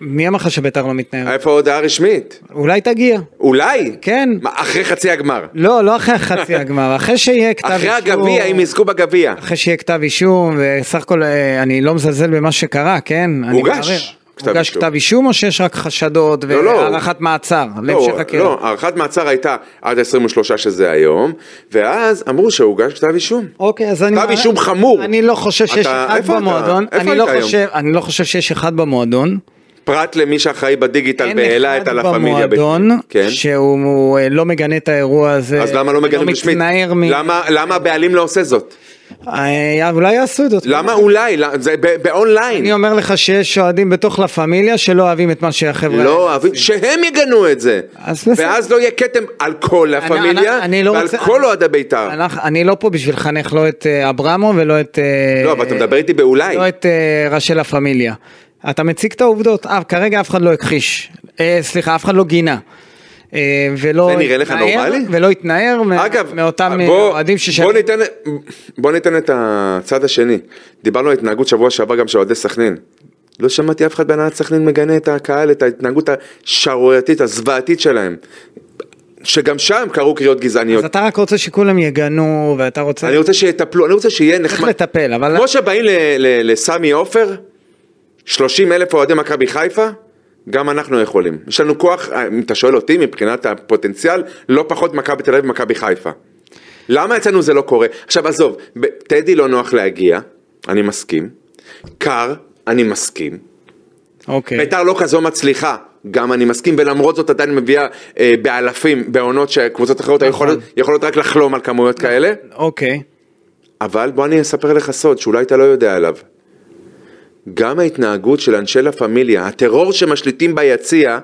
Speaker 2: מי אמר לך שביתר לא מתנערת?
Speaker 3: איפה ההודעה הרשמית?
Speaker 2: אולי תגיע.
Speaker 3: אולי?
Speaker 2: כן.
Speaker 3: מה, אחרי חצי הגמר.
Speaker 2: לא, לא אחרי חצי הגמר, אחרי שיהיה כתב
Speaker 3: אחרי
Speaker 2: אישום.
Speaker 3: הגביע, אם יזכו בגביע.
Speaker 2: אחרי שיהיה כתב אישום, וסך הכל אה, אני לא מזלזל במה שקרה, כן? אני
Speaker 3: הוגש
Speaker 2: מערער.
Speaker 3: כתב
Speaker 2: הוגש
Speaker 3: אישום.
Speaker 2: כתב אישום או שיש רק חשדות
Speaker 3: לא, לא.
Speaker 2: והארכת מעצר להמשך
Speaker 3: לא,
Speaker 2: חקירה?
Speaker 3: לא, הארכת מעצר הייתה עד 23 שזה היום, ואז אמרו שהוגש כתב אישום.
Speaker 2: אוקיי, אז אני...
Speaker 3: כתב
Speaker 2: מערער.
Speaker 3: אישום חמור.
Speaker 2: אני לא חושב שיש
Speaker 3: אתה-
Speaker 2: אחד
Speaker 3: איפה אתה?
Speaker 2: במועדון.
Speaker 3: איפה
Speaker 2: אני לא
Speaker 3: היית
Speaker 2: חושב- אני לא חושב שיש אחד במועדון.
Speaker 3: פרט למי שאחראי בדיגיטל
Speaker 2: אין
Speaker 3: והעלה את
Speaker 2: אחד
Speaker 3: הלה פמיליה.
Speaker 2: במועדון
Speaker 3: בפנים. כן.
Speaker 2: שהוא הוא, אה, לא מגנה את האירוע הזה.
Speaker 3: אז למה לא מגנים רשמית?
Speaker 2: מתנער מ...
Speaker 3: למה- למה הבעלים לא עושה זאת?
Speaker 2: אה, אולי יעשו את זה.
Speaker 3: למה אולי? לא- זה ב-
Speaker 2: אני
Speaker 3: באונליין.
Speaker 2: אומר לך שיש אוהדים בתוך לה פמיליה שלא אוהבים את מה שהחברה...
Speaker 3: לא אוהבים, שהם יגנו את זה.
Speaker 2: אז בסדר.
Speaker 3: ואז לא יהיה כתם על כל לה
Speaker 2: אני- אני-
Speaker 3: פמיליה
Speaker 2: אני לא
Speaker 3: ועל
Speaker 2: רוצה-
Speaker 3: כל אוהדי בית"ר.
Speaker 2: אנחנו- אני לא פה בשביל לחנך לא את אה, אברמו ולא את... אה,
Speaker 3: לא, אבל אתה מדבר איתי באולי.
Speaker 2: לא את אה, ראשי לה פמיליה. אתה מציג את העובדות, אה, כרגע אף אחד לא הכחיש. אה, סליחה, אף אחד לא גינה. אה, ולא
Speaker 3: זה נראה לך
Speaker 2: התנער-
Speaker 3: נורמלי?
Speaker 2: ולא התנער מה-
Speaker 3: אגב,
Speaker 2: מאותם אה,
Speaker 3: בוא-
Speaker 2: אוהדים
Speaker 3: בוא
Speaker 2: ששאלו.
Speaker 3: ניתן, בוא ניתן את הצד השני. דיברנו על התנהגות שבוע שעבר גם של אוהדי סכנין. לא שמעתי אף אחד בהנהלת סכנין מגנה את הקהל, את ההתנהגות השערורייתית, הזוועתית שלהם. שגם שם קראו קריאות גזעניות.
Speaker 2: אז אתה רק רוצה שכולם יגנו, ואתה רוצה...
Speaker 3: אני רוצה שיטפלו, אני רוצה שיהיה נחמד.
Speaker 2: צריך לטפל, אבל...
Speaker 3: כמו שבאים ל- ל- לסמי עופר, 30 אלף אוהדי מכבי חיפה, גם אנחנו יכולים. יש לנו כוח, אם אתה שואל אותי, מבחינת הפוטנציאל, לא פחות מכבי תל אביב ומכבי חיפה. למה אצלנו זה לא קורה? עכשיו עזוב, ב- טדי לא נוח להגיע, אני מסכים. קר, אני מסכים.
Speaker 2: כן. אוקיי.
Speaker 3: ביתר לא כזו מצליחה, גם אני מסכים, ולמרות זאת עדיין מביאה אה, באלפים, בעונות שקבוצות אחרות היו
Speaker 2: נכון.
Speaker 3: יכולות, יכולות רק לחלום על כמויות כאלה,
Speaker 2: אוקיי.
Speaker 3: אבל בוא אני אספר לך סוד שאולי אתה לא יודע עליו. גם ההתנהגות של אנשי לה פמיליה, הטרור שמשליטים ביציע,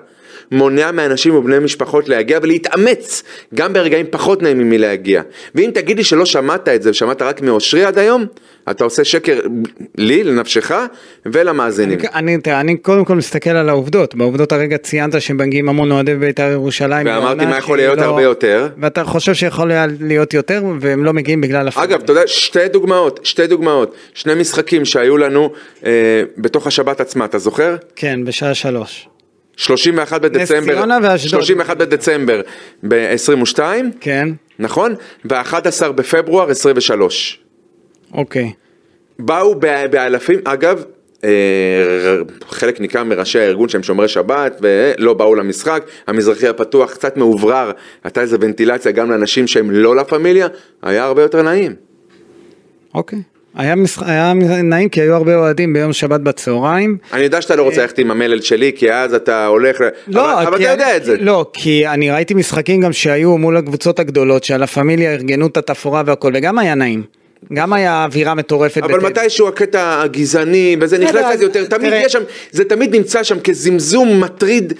Speaker 3: מונע מאנשים ובני משפחות להגיע ולהתאמץ, גם ברגעים פחות נעימים מלהגיע. ואם תגיד לי שלא שמעת את זה ושמעת רק מאושרי עד היום, אתה עושה שקר לי, לנפשך ולמאזינים.
Speaker 2: אני, תראה, אני קודם כל מסתכל על העובדות, בעובדות הרגע ציינת שמגיעים המון אוהדי בית"ר ירושלים.
Speaker 3: ואמרתי
Speaker 2: בעונה
Speaker 3: מה יכול
Speaker 2: שהיא
Speaker 3: להיות
Speaker 2: לא-
Speaker 3: הרבה יותר.
Speaker 2: ואתה חושב שיכול היה להיות יותר, והם לא מגיעים בגלל הפרק.
Speaker 3: אגב, אתה יודע, שתי דוגמאות, שתי דוגמאות, שני משחקים שהיו לנו אה, בתוך השבת עצמה, אתה זוכר?
Speaker 2: כן, בשעה שלוש.
Speaker 3: 31 בדצמבר,
Speaker 2: ציונה ואשדוד.
Speaker 3: 31 בדצמבר ב-22,
Speaker 2: כן,
Speaker 3: נכון? ו-11 בפברואר 23.
Speaker 2: אוקיי.
Speaker 3: באו ב- באלפים, אגב, אה, ר- חלק ניכר מראשי הארגון שהם שומרי שבת ולא באו למשחק, המזרחי הפתוח קצת מאוברר, הייתה איזה ונטילציה גם לאנשים שהם לא לה פמיליה, היה הרבה יותר נעים.
Speaker 2: אוקיי. היה, משח... היה נעים כי היו הרבה אוהדים ביום שבת בצהריים.
Speaker 3: אני יודע שאתה לא רוצה ללכת עם המלל שלי, כי אז אתה הולך, ל- אבל, אבל
Speaker 2: אה, לא, כי
Speaker 3: אתה יודע
Speaker 2: אני-
Speaker 3: את זה.
Speaker 2: לא, כי אני ראיתי משחקים גם שהיו מול הקבוצות הגדולות, שהלה פמיליה ארגנו את התפאורה והכל, וגם היה נעים. גם היה אווירה מטורפת.
Speaker 3: אבל
Speaker 2: בטדי.
Speaker 3: מתישהו הקטע הגזעני, וזה
Speaker 2: בסדר,
Speaker 3: נכנס
Speaker 2: אז-
Speaker 3: לזה יותר, תמיד
Speaker 2: תראה.
Speaker 3: יש שם, זה תמיד נמצא שם כזמזום מטריד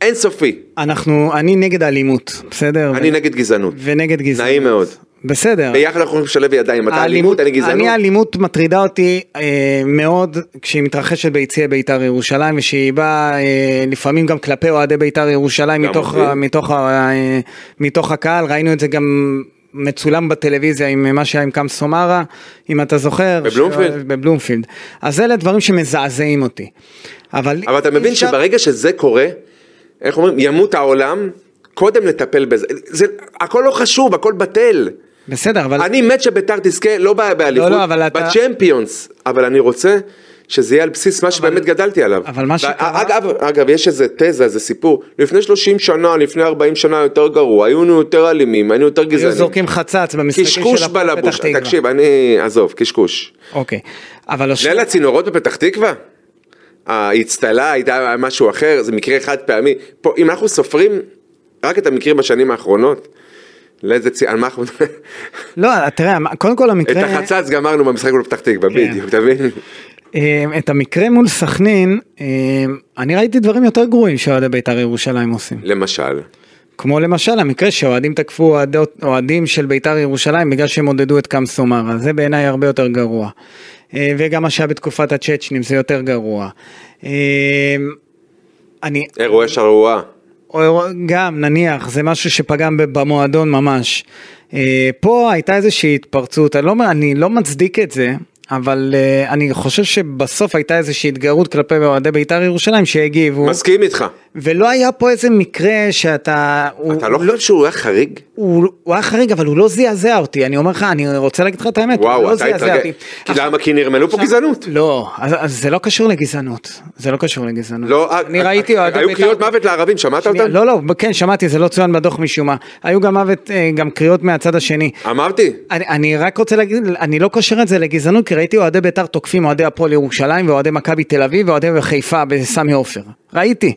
Speaker 3: אינסופי.
Speaker 2: אנחנו, אני נגד אלימות, בסדר?
Speaker 3: אני נגד גזענות.
Speaker 2: ונגד גזענות.
Speaker 3: נעים מאוד.
Speaker 2: בסדר.
Speaker 3: ביחד אנחנו יכולים לשלב ידיים, אתה אלימות, אני
Speaker 2: אני
Speaker 3: גזענות.
Speaker 2: האלימות מטרידה אותי אה, מאוד כשהיא מתרחשת ביציע בית"ר ירושלים ושהיא באה אה, לפעמים גם כלפי אוהדי בית"ר ירושלים
Speaker 3: גם
Speaker 2: מתוך,
Speaker 3: אותי.
Speaker 2: ה- מתוך, ה- אה, מתוך הקהל, ראינו את זה גם מצולם בטלוויזיה עם אה, מה שהיה עם קאמס סומארה, אם אתה זוכר.
Speaker 3: בבלומפילד.
Speaker 2: ש- בבלומפילד. אז אלה דברים שמזעזעים אותי. אבל,
Speaker 3: אבל אתה מבין
Speaker 2: אפשר-
Speaker 3: שברגע שזה קורה, איך אומרים, ימות העולם, קודם לטפל בזה. זה, הכל לא חשוב, הכל בטל.
Speaker 2: בסדר, אבל...
Speaker 3: אני מת שביתר תזכה, לא בא- באליפות,
Speaker 2: לא, אבל אתה-
Speaker 3: בצ'מפיונס, אבל אני רוצה שזה יהיה על בסיס מה שבאמת גדלתי עליו.
Speaker 2: אבל מה שקרה-
Speaker 3: אגב, אגב, יש איזה תזה, איזה סיפור, לפני 30 שנה, לפני 40 שנה יותר גרוע, היינו יותר אלימים, היינו יותר
Speaker 2: היו
Speaker 3: גזענים.
Speaker 2: זורקים חצץ במשחקים
Speaker 3: קשקוש
Speaker 2: של הפועל פתח
Speaker 3: בלבוש,
Speaker 2: תקווה.
Speaker 3: תקשיב, אני, עזוב, קשקוש.
Speaker 2: אוקיי. אבל הש-
Speaker 3: ליל הצינורות בפתח תקווה? האצטלה הייתה משהו אחר, זה מקרה חד פעמי. פה, אם אנחנו סופרים רק את המקרים בשנים האחרונות, לאיזה צי... על מה אנחנו...
Speaker 2: לא, תראה, קודם כל
Speaker 3: את
Speaker 2: המקרה...
Speaker 3: החצץ גמרנו במשחק מול פתח תקווה,
Speaker 2: כן.
Speaker 3: בדיוק, אתה מבין?
Speaker 2: אמ, את המקרה מול סכנין, אמ, אני ראיתי דברים יותר גרועים שאוהדי בית"ר ירושלים עושים.
Speaker 3: למשל.
Speaker 2: כמו למשל המקרה שאוהדים תקפו אוהדות- אוהדים של בית"ר ירושלים בגלל שהם עודדו את קאם סומארה, זה בעיניי הרבה יותר גרוע. אה, וגם מה שהיה בתקופת הצ'צ'נים זה יותר גרוע. אמ, אני,
Speaker 3: אירועי שרואה.
Speaker 2: או גם נניח זה משהו שפגע ב- במועדון ממש. אה, פה הייתה איזושהי התפרצות, אני לא, אומר- אני לא מצדיק את זה, אבל אה, אני חושב שבסוף הייתה איזושהי התגרות כלפי אוהדי בית"ר ירושלים שהגיבו,
Speaker 3: מסכים איתך.
Speaker 2: ולא היה פה איזה מקרה שאתה, הוא,
Speaker 3: אתה לא חושב שהוא היה חריג?
Speaker 2: הוא, הוא היה חריג אבל הוא לא זעזע אותי, אני אומר לך, אני רוצה להגיד לך את האמת, הוא
Speaker 3: וואו,
Speaker 2: לא
Speaker 3: אתה
Speaker 2: זעזע אותי.
Speaker 3: התרגש. כי למה? כי נרמלו פה גזענות.
Speaker 2: לא, אז, אז זה לא קשור לגזענות, זה לא קשור לגזענות.
Speaker 3: לא,
Speaker 2: אני
Speaker 3: אה,
Speaker 2: ראיתי
Speaker 3: אה,
Speaker 2: אוהדי
Speaker 3: היו
Speaker 2: בית"ר-
Speaker 3: קריאות מוות לערבים, שמעת
Speaker 2: שנייה,
Speaker 3: אותם?
Speaker 2: לא, לא, כן, שמעתי, זה לא צוין בדוח משום מה. היו גם מוות, אה, גם קריאות מהצד השני.
Speaker 3: אמרתי.
Speaker 2: אני, אני רק רוצה להגיד, אני לא קושר את זה לגזענות, כי ראיתי אוהדי בית"ר תוקפים אוהדי הפועל ירושלים ואוהדי מכבי תל אביב ואוהדי חיפה בסמי עופר. ראיתי.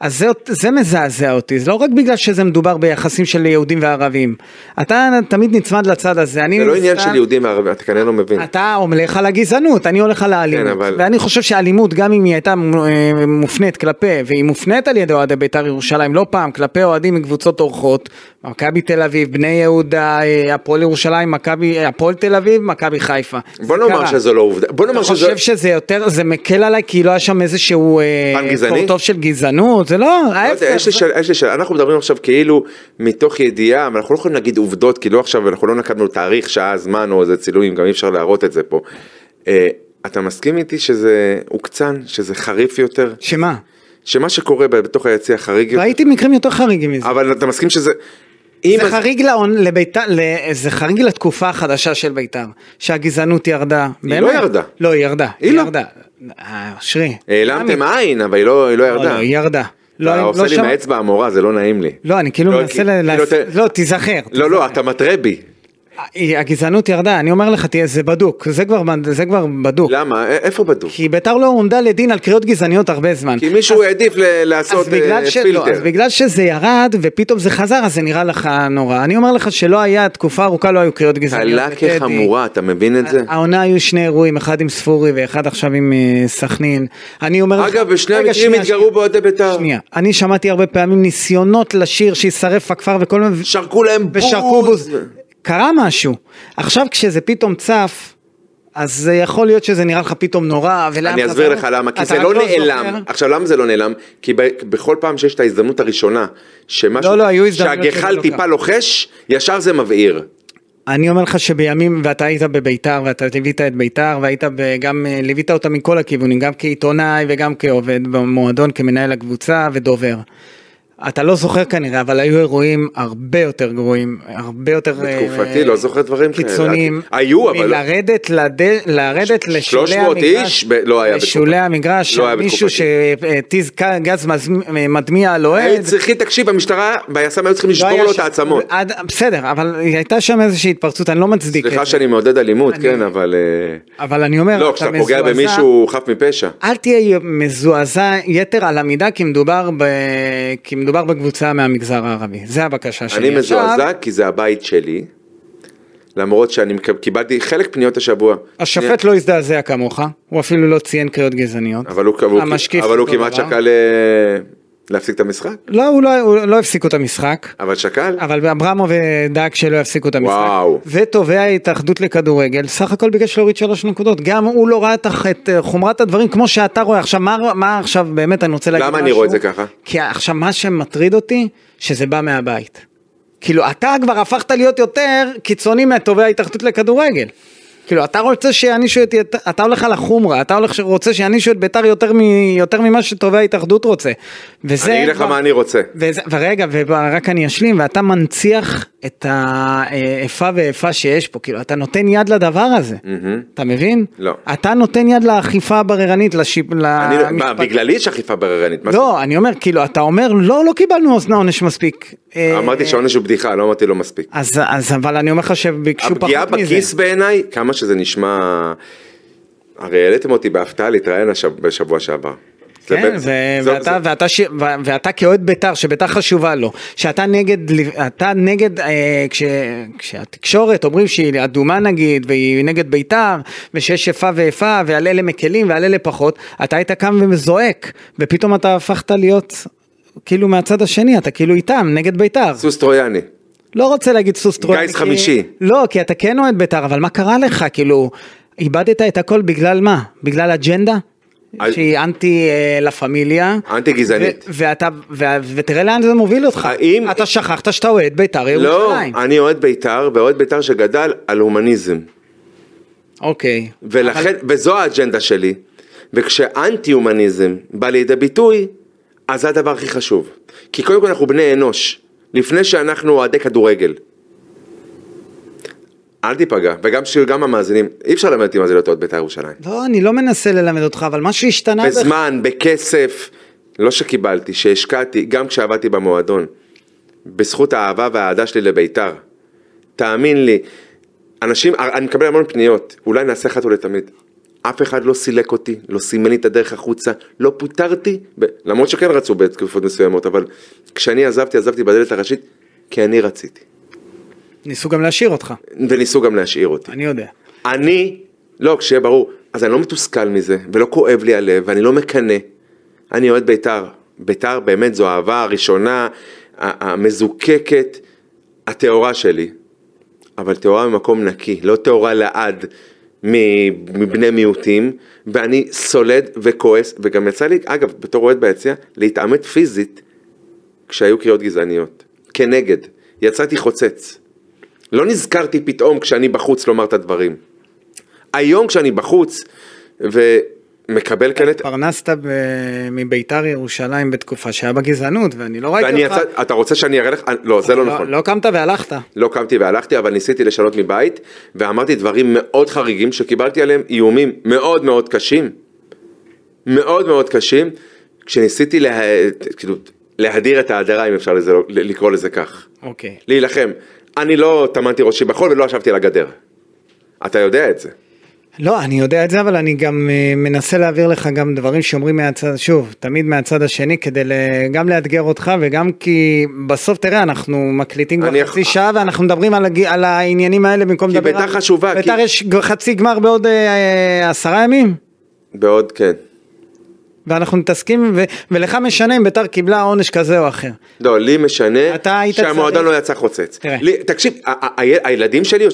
Speaker 2: אז זה, זה מזעזע אותי, זה לא רק בגלל שזה מדובר ביחסים של יהודים וערבים. אתה תמיד נצמד לצד הזה. אני אה,
Speaker 3: זה לא
Speaker 2: מן
Speaker 3: עניין
Speaker 2: הסתם-
Speaker 3: של יהודים וערבים, אתה כנראה לא מבין.
Speaker 2: אתה הולך על הגזענות, אני הולך על האלימות.
Speaker 3: כן, אבל-
Speaker 2: ואני חושב שהאלימות, גם אם היא הייתה אה, מופנית כלפי, והיא מופנית על ידי אוהדי בית"ר ירושלים לא פעם, כלפי אוהדים מקבוצות אורחות, מכבי תל אביב, בני יהודה, אה, הפועל ירושלים, מכבי- אה, הפועל תל אביב, מכבי חיפה.
Speaker 3: בוא
Speaker 2: זה
Speaker 3: נאמר
Speaker 2: קרה.
Speaker 3: שזו לא עובדה. בוא
Speaker 2: אתה
Speaker 3: נאמר שזו...
Speaker 2: חושב שזה יותר, זה מקל עליי כי לא היה שם איזשהו אה,
Speaker 3: פן גזעני?
Speaker 2: קורטוב של גזענות, זה לא,
Speaker 3: לא
Speaker 2: ההפך.
Speaker 3: יודע, יש לי
Speaker 2: זה-
Speaker 3: שאלה, יש לי שאלה, אנחנו מדברים עכשיו כאילו מתוך ידיעה, אבל אנחנו לא יכולים להגיד עובדות, כי לא עכשיו, אנחנו לא נקבנו תאריך, שעה, זמן או איזה צילומים, גם אי אפשר להראות את זה פה. אה, אתה מסכים איתי שזה הוקצן, שזה חריף יותר?
Speaker 2: שמה?
Speaker 3: שמה שקורה בתוך היציע חריג יותר?
Speaker 2: ראיתי מקרים יותר חריגים מזה.
Speaker 3: אבל אתה מסכים שזה... אם
Speaker 2: זה
Speaker 3: אז-
Speaker 2: חריג לעון, לביתר, ל- זה חריג לתקופה החדשה של ביתר, שהגזענות ירדה.
Speaker 3: היא לא ירדה.
Speaker 2: לא, היא ירדה.
Speaker 3: היא לא.
Speaker 2: ירדה. אה, אשרי.
Speaker 3: העלמתם עין, אבל היא לא היא לא
Speaker 2: לא,
Speaker 3: ירדה.
Speaker 2: לא, היא ירדה. לא,
Speaker 3: אתה
Speaker 2: לא
Speaker 3: עושה לי עם
Speaker 2: שמע-
Speaker 3: האצבע המורה, זה לא נעים לי.
Speaker 2: לא, אני כאילו
Speaker 3: לא,
Speaker 2: מנסה
Speaker 3: כי-
Speaker 2: ל...
Speaker 3: כאילו,
Speaker 2: לה-
Speaker 3: אתה-
Speaker 2: לא, תיזכר.
Speaker 3: לא, לא, אתה מתרה בי.
Speaker 2: היא- הגזענות ירדה, אני אומר לך, תהיה, זה בדוק. זה כבר זה כבר בדוק.
Speaker 3: למה? א- איפה בדוק?
Speaker 2: כי ביתר לא הועמדה לדין על קריאות גזעניות הרבה זמן.
Speaker 3: כי מישהו העדיף ל- לעשות
Speaker 2: אז בגלל,
Speaker 3: אה,
Speaker 2: ש... לא, אז
Speaker 3: פילטר.
Speaker 2: בגלל שזה ירד ופתאום זה חזר אז זה נראה לך נורא. אני אומר לך שלא היה, תקופה ארוכה לא היו קריאות גזעניות.
Speaker 3: קלה
Speaker 2: בטדי.
Speaker 3: כחמורה, אתה מבין את זה?
Speaker 2: העונה היו שני אירועים, אחד עם ספורי ואחד עכשיו עם אה, סכנין. אני אומר לך...
Speaker 3: אגב, בשני
Speaker 2: רגע,
Speaker 3: המקרים
Speaker 2: שנייה,
Speaker 3: התגרו
Speaker 2: שנייה.
Speaker 3: באוהדי בית"ר.
Speaker 2: שנייה, אני שמעתי הרבה פעמים ניסיונות לשיר שישרף הכפר וכל מיני...
Speaker 3: שרקו להם בוז.
Speaker 2: ושרקו בוז. קרה משהו. עכשיו כשזה פתאום צף, אז זה יכול להיות שזה נראה לך פתאום נורא, ולאן
Speaker 3: אני
Speaker 2: אתה
Speaker 3: אסביר
Speaker 2: זורק.
Speaker 3: לך למה, כי
Speaker 2: אתה
Speaker 3: זה
Speaker 2: רק
Speaker 3: לא נעלם.
Speaker 2: זוכר.
Speaker 3: עכשיו, למה זה לא נעלם? כי ב- בכל פעם שיש את ההזדמנות הראשונה, שמשהו,
Speaker 2: לא, לא, היו הזדמנויות שזה
Speaker 3: שהגחל
Speaker 2: לא
Speaker 3: טיפה
Speaker 2: קרה.
Speaker 3: לוחש, ישר זה מבעיר.
Speaker 2: אני אומר לך שבימים, ואתה היית בביתר, ואתה ליווית את ביתר, והיית ב- גם, אה, ליווית אותה מכל הכיוונים, גם כעיתונאי וגם כעובד במועדון, כמנהל הקבוצה ודובר. אתה לא זוכר כנראה, אבל היו אירועים הרבה יותר גרועים, הרבה יותר... אה,
Speaker 3: בתקופתי לא זוכר דברים כאלה.
Speaker 2: קיצוניים.
Speaker 3: היו, אבל-
Speaker 2: מלרדת לד... לרדת לשולי
Speaker 3: 300
Speaker 2: המגרש.
Speaker 3: איש? ב- לא היה
Speaker 2: לשולי
Speaker 3: בתקופתי.
Speaker 2: המגרש,
Speaker 3: לא היה
Speaker 2: מישהו
Speaker 3: בתקופתי.
Speaker 2: שהתיז גז מזמ- מדמיע על אוהד.
Speaker 3: היו צריכים, תקשיב, המשטרה ביס"מ היו צריכים
Speaker 2: לא
Speaker 3: לשבור
Speaker 2: היה
Speaker 3: לו את
Speaker 2: שם-
Speaker 3: העצמות.
Speaker 2: עד- בסדר, אבל הייתה שם איזושהי התפרצות, אני לא מצדיק את זה.
Speaker 3: סליחה שאני מעודד אלימות,
Speaker 2: אני-
Speaker 3: כן, אבל... אה,
Speaker 2: אבל אני אומר,
Speaker 3: לא,
Speaker 2: אתה
Speaker 3: כשאתה פוגע
Speaker 2: מזועזע,
Speaker 3: במישהו הוא חף מפשע.
Speaker 2: אל תהיה מזועזע יתר על המידה כי מדובר, ב... כי מדובר בקבוצה מהמגזר הערבי, זה הבקשה שלי.
Speaker 3: אני
Speaker 2: עכשיו,
Speaker 3: מזועזע כי זה הבית שלי, למרות שאני מקב- קיבלתי חלק פניות השבוע.
Speaker 2: השופט לא הזדעזע כמוך, הוא אפילו לא ציין קריאות גזעניות.
Speaker 3: אבל הוא, אבל הוא-
Speaker 2: המשקיף
Speaker 3: אבל הוא
Speaker 2: אותו
Speaker 3: כמעט
Speaker 2: דבר.
Speaker 3: שקל אה, להפסיק את המשחק,
Speaker 2: לא, הוא לא, הוא לא הפסיקו את המשחק.
Speaker 3: אבל שקל.
Speaker 2: אבל אברמוב דאג שלא יפסיקו את המשחק.
Speaker 3: וואו.
Speaker 2: ותובע ההתאחדות לכדורגל, סך הכל ביקש להוריד שלוש נקודות. גם הוא לא ראה את הח- את אה, חומרת הדברים כמו שאתה רואה. עכשיו, מה, מה עכשיו באמת אני רוצה להגיד
Speaker 3: למה
Speaker 2: משהו?
Speaker 3: אני רואה את זה ככה?
Speaker 2: כי עכשיו מה שמטריד אותי, שזה בא מהבית. כאילו, אתה כבר הפכת להיות יותר קיצוני מהתובע ההתאחדות לכדורגל. כאילו, אתה רוצה שיענישו את... אתה הולך על החומרה, אתה הולך רוצה שיענישו את ביתר יותר, מ, יותר ממה שתובע ההתאחדות רוצה. וזה...
Speaker 3: אני אגיד לך
Speaker 2: כבר-
Speaker 3: מה אני רוצה.
Speaker 2: וזה, ורגע, ורק אני אשלים, ואתה מנציח את האיפה ואיפה שיש פה, כאילו, אתה נותן יד לדבר הזה,
Speaker 3: מהמם.
Speaker 2: אתה מבין?
Speaker 3: לא.
Speaker 2: אתה נותן יד לאכיפה הבררנית, לשיפ...
Speaker 3: אני לא- מה,
Speaker 2: למשפט-
Speaker 3: בגללי יש אכיפה בררנית. מה
Speaker 2: לא, אני אומר, כאילו, אתה אומר, לא, לא קיבלנו עונש מספיק.
Speaker 3: זה?
Speaker 2: אה,
Speaker 3: אמרתי שהעונש הוא בדיחה, לא אמרתי לו מספיק.
Speaker 2: אז, אז, אבל אני אומר לך שביקשו פחות מזה.
Speaker 3: הפגיעה בכיס בעיניי, כמה שזה נשמע... הרי העליתם אותי בהפתעה להתראיין השב- בשבוע שעבר. זה
Speaker 2: כן,
Speaker 3: ב-
Speaker 2: ו-
Speaker 3: זו-
Speaker 2: ואתה-
Speaker 3: זו-
Speaker 2: ואתה ש- ו- ואתה כאוהד בית"ר, שבית"ר חשובה לו, שאתה נגד, ל- אתה נגד, אה, כש- כשהתקשורת אומרים שהיא אדומה נגיד, והיא נגד בית"ר, ושיש איפה ואיפה, ועל אלה מקלים ועל אלה פחות, אתה היית קם וזועק, ופתאום אתה הפכת להיות... כאילו מהצד השני אתה כאילו איתם נגד בית"ר
Speaker 3: סוס טרויאני.
Speaker 2: לא רוצה להגיד סוס טרויאני.
Speaker 3: גיס
Speaker 2: כי-
Speaker 3: חמישי.
Speaker 2: לא כי אתה כן אוהד בית"ר אבל מה קרה לך כאילו איבדת את הכל בגלל מה בגלל אג'נדה
Speaker 3: אל-
Speaker 2: שהיא אנטי אה, לה פמיליה
Speaker 3: אנטי גזענית.
Speaker 2: ו- ואתה, ו- ותראה לאן זה מוביל אותך.
Speaker 3: האם-
Speaker 2: אתה שכחת שאתה אוהד בית"ר
Speaker 3: לא,
Speaker 2: ירושלים.
Speaker 3: אני אוהד בית"ר, ואוהד בית"ר שגדל על הומניזם.
Speaker 2: אוקיי.
Speaker 3: ולכן, וזו האג'נדה שלי. וכשאנטי-הומניזם בא לידי ביטוי, אז זה הדבר הכי חשוב. כי קודם כל אנחנו בני אנוש, לפני שאנחנו אוהדי כדורגל. אל תיפגע, וגם ש- גם המאזינים, אי אפשר ללמד אותי מה זה להיות אוהד בית"ר ירושלים.
Speaker 2: לא, אני לא מנסה ללמד אותך, אבל משהו השתנה. בך.
Speaker 3: בזמן, בכסף, לא שקיבלתי, שהשקעתי, גם כשעבדתי במועדון, בזכות האהבה והאהדה שלי לבית"ר. תאמין לי, אנשים, אני מקבל המון פניות, אולי נעשה אחת ולתמיד. אף אחד לא סילק אותי, לא סימן לי את הדרך החוצה, לא פוטרתי, ב- למרות שכן רצו בתקופות מסוימות, אבל כשאני עזבתי, עזבתי בדלת הראשית, כי אני רציתי.
Speaker 2: ניסו גם להשאיר אותך,
Speaker 3: וניסו גם להשאיר אותי.
Speaker 2: אני יודע.
Speaker 3: אני, לא, כשיהיה ברור, אז אני לא מתוסכל מזה, ולא כואב לי הלב, ואני לא מקנא. אני אוהד בית"ר. בית"ר באמת זו האהבה הראשונה, ה- המזוקקת, הטהורה שלי. אבל טהורה ממקום נקי, לא טהורה לעד מ- מבני מיעוטים, ואני סולד וכועס, וגם יצא לי, אגב, בתור אוהד ביציע, להתעמת פיזית כשהיו קריאות גזעניות. כנגד. יצאתי חוצץ. לא נזכרתי פתאום כשאני בחוץ לומר את הדברים. היום כשאני בחוץ, ומקבל כאן את...
Speaker 2: פרנסת ב- מביתר ירושלים בתקופה שהיה בה גזענות, ואני לא ראיתי
Speaker 3: ואני
Speaker 2: אותך.
Speaker 3: יצא, אתה רוצה שאני אראה לך? לא, זה לא נכון.
Speaker 2: לא קמת והלכת.
Speaker 3: לא קמתי והלכתי, אבל ניסיתי לשנות מבית, ואמרתי דברים מאוד חריגים שקיבלתי עליהם איומים מאוד מאוד קשים. מאוד מאוד קשים, כשניסיתי לה... כאילו, להדיר את ההדרה, אם אפשר לזה, לקרוא לזה כך.
Speaker 2: אוקיי.
Speaker 3: להילחם. אני לא טמנתי ראשי בחול ולא ישבתי על הגדר. אתה יודע את זה.
Speaker 2: לא, אני יודע את זה, אבל אני גם אה, מנסה להעביר לך גם דברים שאומרים מהצד, שוב, תמיד מהצד השני, כדי ל- גם לאתגר אותך וגם כי בסוף, תראה, אנחנו מקליטים
Speaker 3: אני
Speaker 2: כבר
Speaker 3: אח-
Speaker 2: חצי שעה ואנחנו מדברים על, הג- על העניינים האלה במקום
Speaker 3: כי
Speaker 2: לדבר על...
Speaker 3: בית"ר חשובה, כי-
Speaker 2: בית"ר יש ג- חצי גמר בעוד אה, אה, עשרה ימים,
Speaker 3: בעוד כן.
Speaker 2: ואנחנו מתעסקים, ו- ולך משנה אם בית"ר קיבלה עונש כזה או אחר.
Speaker 3: לא, לי משנה
Speaker 2: אתה היית
Speaker 3: שהמועדון
Speaker 2: צריך-
Speaker 3: לא יצא חוצץ.
Speaker 2: תראה.
Speaker 3: לי- תקשיב, ה- ה- ה- הילדים שלי,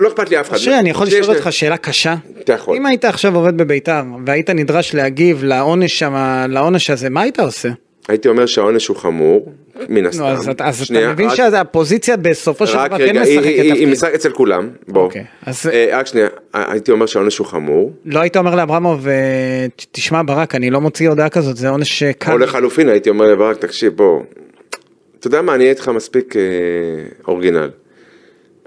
Speaker 3: לא אכפת לי אף אחד.
Speaker 2: אשרי, אני יכול
Speaker 3: שיש
Speaker 2: לשאול
Speaker 3: להם-
Speaker 2: אותך שאלה קשה?
Speaker 3: אתה יכול.
Speaker 2: אם היית עכשיו עובד בבית"ר, והיית נדרש להגיב לעונש שם, לעונש הזה, מה היית עושה?
Speaker 3: הייתי אומר שהעונש הוא חמור, מן הסתם.
Speaker 2: נו, אז אתה- אז אתה
Speaker 3: שנייה,
Speaker 2: מבין
Speaker 3: רק-
Speaker 2: שהפוזיציה בסופו של
Speaker 3: רק
Speaker 2: דבר כן
Speaker 3: רגע, היא-
Speaker 2: משחקת
Speaker 3: היא היא
Speaker 2: תפקיד.
Speaker 3: משחקת אצל כולם, בוא.
Speaker 2: אוקיי, אז-
Speaker 3: אה, רק שנייה, ה- הייתי אומר שהעונש הוא חמור,
Speaker 2: לא היית אומר לאברמוב, אה, ת- תשמע ברק, אני לא מוציא הודעה כזאת, זה עונש אה, קל.
Speaker 3: או לחלופין הייתי אומר לברק, תקשיב, בוא, אתה יודע מה, אני אהיה איתך מספיק אה, אורגינל.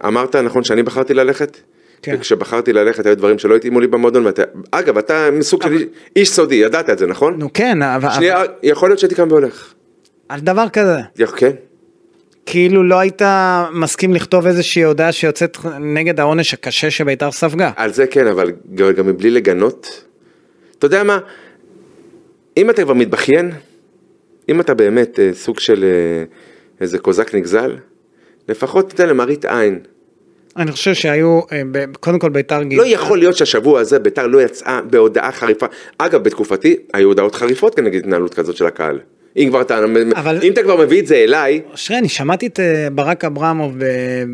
Speaker 3: אמרת, נכון, שאני בחרתי ללכת?
Speaker 2: כן.
Speaker 3: וכשבחרתי ללכת היו דברים שלא התאימו לי במועדון, ואתה, אגב, אתה מסוג של איש- איש סודי, ידעת את זה, נכון?
Speaker 2: נו כן, אבל
Speaker 3: שנייה,
Speaker 2: אבל-
Speaker 3: יכול להיות שהייתי קם והולך.
Speaker 2: על דבר כזה.
Speaker 3: יא, כן?
Speaker 2: כאילו לא היית מסכים לכתוב איזושהי הודעה שיוצאת נגד העונש הקשה שבית"ר ספגה.
Speaker 3: על זה כן, אבל גם גם מבלי לגנות. אתה יודע מה, אם אתה כבר מתבכיין, אם אתה באמת אה, סוג של אה, איזה קוזק נגזל, לפחות, אתה יודע, למראית עין.
Speaker 2: אני חושב שהיו, אה, ב- קודם כל בית"ר גיל.
Speaker 3: לא יכול להיות שהשבוע הזה ביתר לא יצאה בהודעה חריפה. אגב, בתקופתי היו הודעות חריפות כנגד התנהלות כזאת של הקהל. אם כבר אתה,
Speaker 2: אבל-
Speaker 3: אם אתה כבר מביא את זה אליי,
Speaker 2: אשרי, אני שמעתי את אה, ברק אברמוב ב-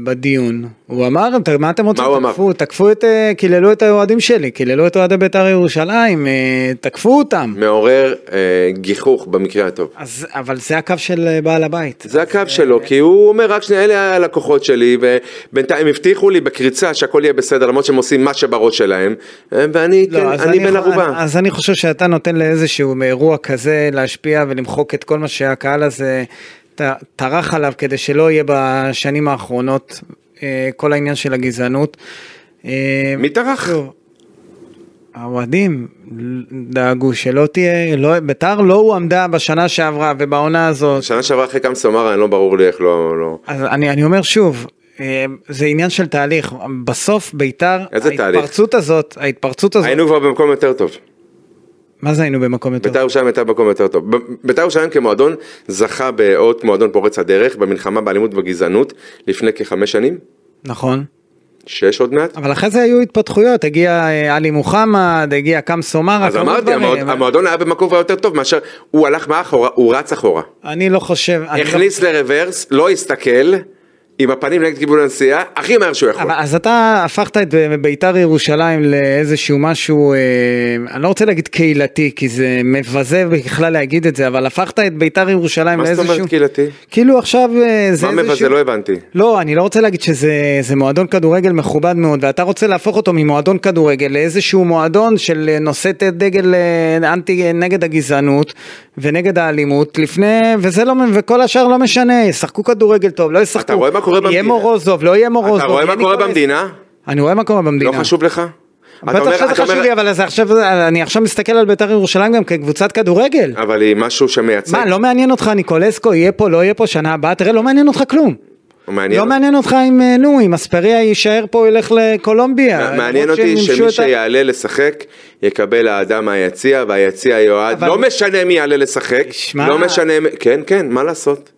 Speaker 2: בדיון. הוא אמר, "ת- מה אתם רוצים?
Speaker 3: מה הוא אמר?
Speaker 2: תקפו, תקפו את, אה, קיללו את האוהדים שלי, קיללו את אוהדי בית"ר ירושלים, אה, תקפו אותם.
Speaker 3: מעורר אה, גיחוך במקרה הטוב.
Speaker 2: אז, אבל זה הקו של אה, בעל הבית.
Speaker 3: זה הקו שלו, כי הוא אומר רק שנייה, אלה הלקוחות שלי, ובינתיים הבטיחו לי בקריצה שהכל יהיה בסדר, למרות שהם עושים מה שבראש שלהם, אה, ואני
Speaker 2: לא,
Speaker 3: כן,
Speaker 2: אז
Speaker 3: אני בן
Speaker 2: יכול-
Speaker 3: ערובה.
Speaker 2: אז אני חושב שאתה נותן לאיזשהו אירוע כזה להשפיע ולמחוק את כל מה שהקהל הזה ט- טרח עליו כדי שלא יהיה בשנים האחרונות אה, כל העניין של הגזענות. אה,
Speaker 3: מי טרח?
Speaker 2: שוב, האוהדים דאגו שלא תהיה, לא, ביתר לא הועמדה בשנה שעברה ובעונה הזאת.
Speaker 3: שנה שעברה אחרי קם סמרה, אני לא ברור לי איך לא... לא-
Speaker 2: אז אני, אני אומר שוב, אה, זה עניין של תהליך, בסוף ביתר,
Speaker 3: איזה תהליך?
Speaker 2: ההתפרצות הזאת, ההתפרצות הזאת,
Speaker 3: היינו כבר במקום יותר טוב.
Speaker 2: מה זה היינו במקום יותר?
Speaker 3: בית"ר ירושלים הייתה במקום יותר טוב. ב- בית"ר ירושלים כמועדון זכה בעוד מועדון פורץ הדרך במלחמה באלימות ובגזענות לפני כחמש שנים,
Speaker 2: נכון.
Speaker 3: שש עוד מעט.
Speaker 2: אבל אחרי זה היו התפתחויות, הגיע אה, עלי מוחמד, הגיע קמסו מרה,
Speaker 3: אז אמרתי, המועד- המועדון היה במקום כבר יותר טוב מאשר הוא הלך מאחורה, הוא רץ אחורה.
Speaker 2: אני לא חושב, אני לא-
Speaker 3: הכניס לרוורס, לא הסתכל, עם הפנים נגד כיוון הנסיעה, הכי מהר שהוא יכול.
Speaker 2: אבל אז אתה הפכת את אה, בית"ר ירושלים לאיזשהו משהו, אה, אני לא רוצה להגיד קהילתי, כי זה מבזה בכלל להגיד את זה, אבל הפכת את בית"ר ירושלים
Speaker 3: מה זאת
Speaker 2: לאיזשהו...
Speaker 3: אומרת קהילתי?
Speaker 2: כאילו עכשיו אה, זה
Speaker 3: מה מבזה? לא הבנתי.
Speaker 2: לא, אני לא רוצה להגיד שזה זה מועדון כדורגל מכובד מאוד, ואתה רוצה להפוך אותו ממועדון כדורגל לאיזשהו מועדון של אה, נושאת דגל אה, אנטי אה, נגד הגזענות ונגד האלימות לפני, וזה לא, וכל השאר לא משנה, ישחקו כדורגל טוב, לא ישחקו.
Speaker 3: אתה רואה מה קורה
Speaker 2: יהיה
Speaker 3: במדינה?
Speaker 2: מורוזוב, לא יהיה מורוזוב.
Speaker 3: אתה רואה
Speaker 2: יהיה
Speaker 3: מה קורה
Speaker 2: ניקולס.
Speaker 3: במדינה?
Speaker 2: אני רואה מה קורה
Speaker 3: לא
Speaker 2: במדינה.
Speaker 3: חשוב לך? אתה
Speaker 2: בטח
Speaker 3: אומר-
Speaker 2: שזה
Speaker 3: אתה אומר-
Speaker 2: חשוב לי, אבל זה עכשיו, אני עכשיו מסתכל על בית"ר ירושלים גם כקבוצת כדורגל.
Speaker 3: אבל היא משהו שמייצג.
Speaker 2: מה, לא מעניין אותך ניקולסקו, יהיה פה, לא יהיה פה שנה הבאה, תראה, לא מעניין אותך כלום.
Speaker 3: הוא מעניין
Speaker 2: לא
Speaker 3: אותי.
Speaker 2: מעניין אותך אם, אה, נו, אם אספריה יישאר פה, הוא ילך לקולומביה.
Speaker 3: מע-
Speaker 2: למרות
Speaker 3: מעניין
Speaker 2: שהם
Speaker 3: אותי
Speaker 2: מימשו
Speaker 3: שמי
Speaker 2: את ה-
Speaker 3: שיעלה לשחק יקבל האדם מהיציע והיציע יועד.
Speaker 2: אבל-
Speaker 3: לא משנה מי יעלה לשחק.
Speaker 2: שמע-
Speaker 3: לא משנה... מ- כן, כן, מה לעשות?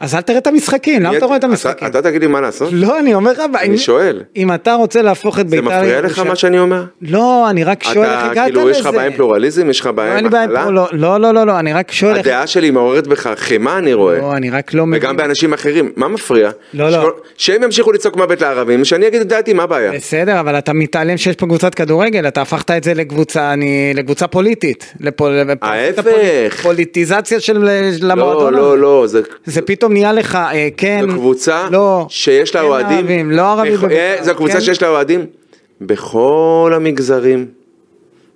Speaker 2: אז אל תראה את המשחקים, למה אתה רואה את
Speaker 3: אתה-
Speaker 2: המשחקים?
Speaker 3: אתה תגיד לי מה לעשות?
Speaker 2: לא, אני אומר לך, אם-
Speaker 3: שואל.
Speaker 2: אם אתה רוצה להפוך את
Speaker 3: זה
Speaker 2: בית"ר...
Speaker 3: מפריע לך
Speaker 2: ירושלים-
Speaker 3: מה שאני אומר?
Speaker 2: לא, אני רק שואל איך
Speaker 3: אתה
Speaker 2: הגעת
Speaker 3: כאילו יש לך
Speaker 2: לזה.
Speaker 3: בעיה עם פלורליזם? יש לך
Speaker 2: לא,
Speaker 3: בעיה
Speaker 2: אין
Speaker 3: עם
Speaker 2: לי בעיה עם
Speaker 3: הכלה?
Speaker 2: פלור- לא, לא, לא, לא, אני רק שואל איך...
Speaker 3: הדעה שלי מעוררת בך חימה אני רואה.
Speaker 2: לא, אני רק לא מבין.
Speaker 3: אוקיי. וגם באנשים אחרים, מה מפריע?
Speaker 2: לא, לא.
Speaker 3: שכל- שהם ימשיכו לצעוק מוות לערבים, שאני אגיד את דעתי, מה הבעיה?
Speaker 2: בסדר, אבל אתה מתעלם שיש פה קבוצת כדורגל, אתה הפכת את זה לקבוצה, אני, לקבוצה פוליטית. לפול,
Speaker 3: ההפך.
Speaker 2: לפול- פוליטיזציה של
Speaker 3: לא,
Speaker 2: למועדון. הזה.
Speaker 3: לא, לא, זה...
Speaker 2: זה פתאום נהיה לך, אה, כן,
Speaker 3: זו קבוצה
Speaker 2: לא,
Speaker 3: שיש לה
Speaker 2: כן
Speaker 3: אוהדים,
Speaker 2: ערבים, לא ערבים,
Speaker 3: בכ- אה,
Speaker 2: בבית"ר,
Speaker 3: זו קבוצה
Speaker 2: כן?
Speaker 3: שיש לה אוהדים בכל המגזרים,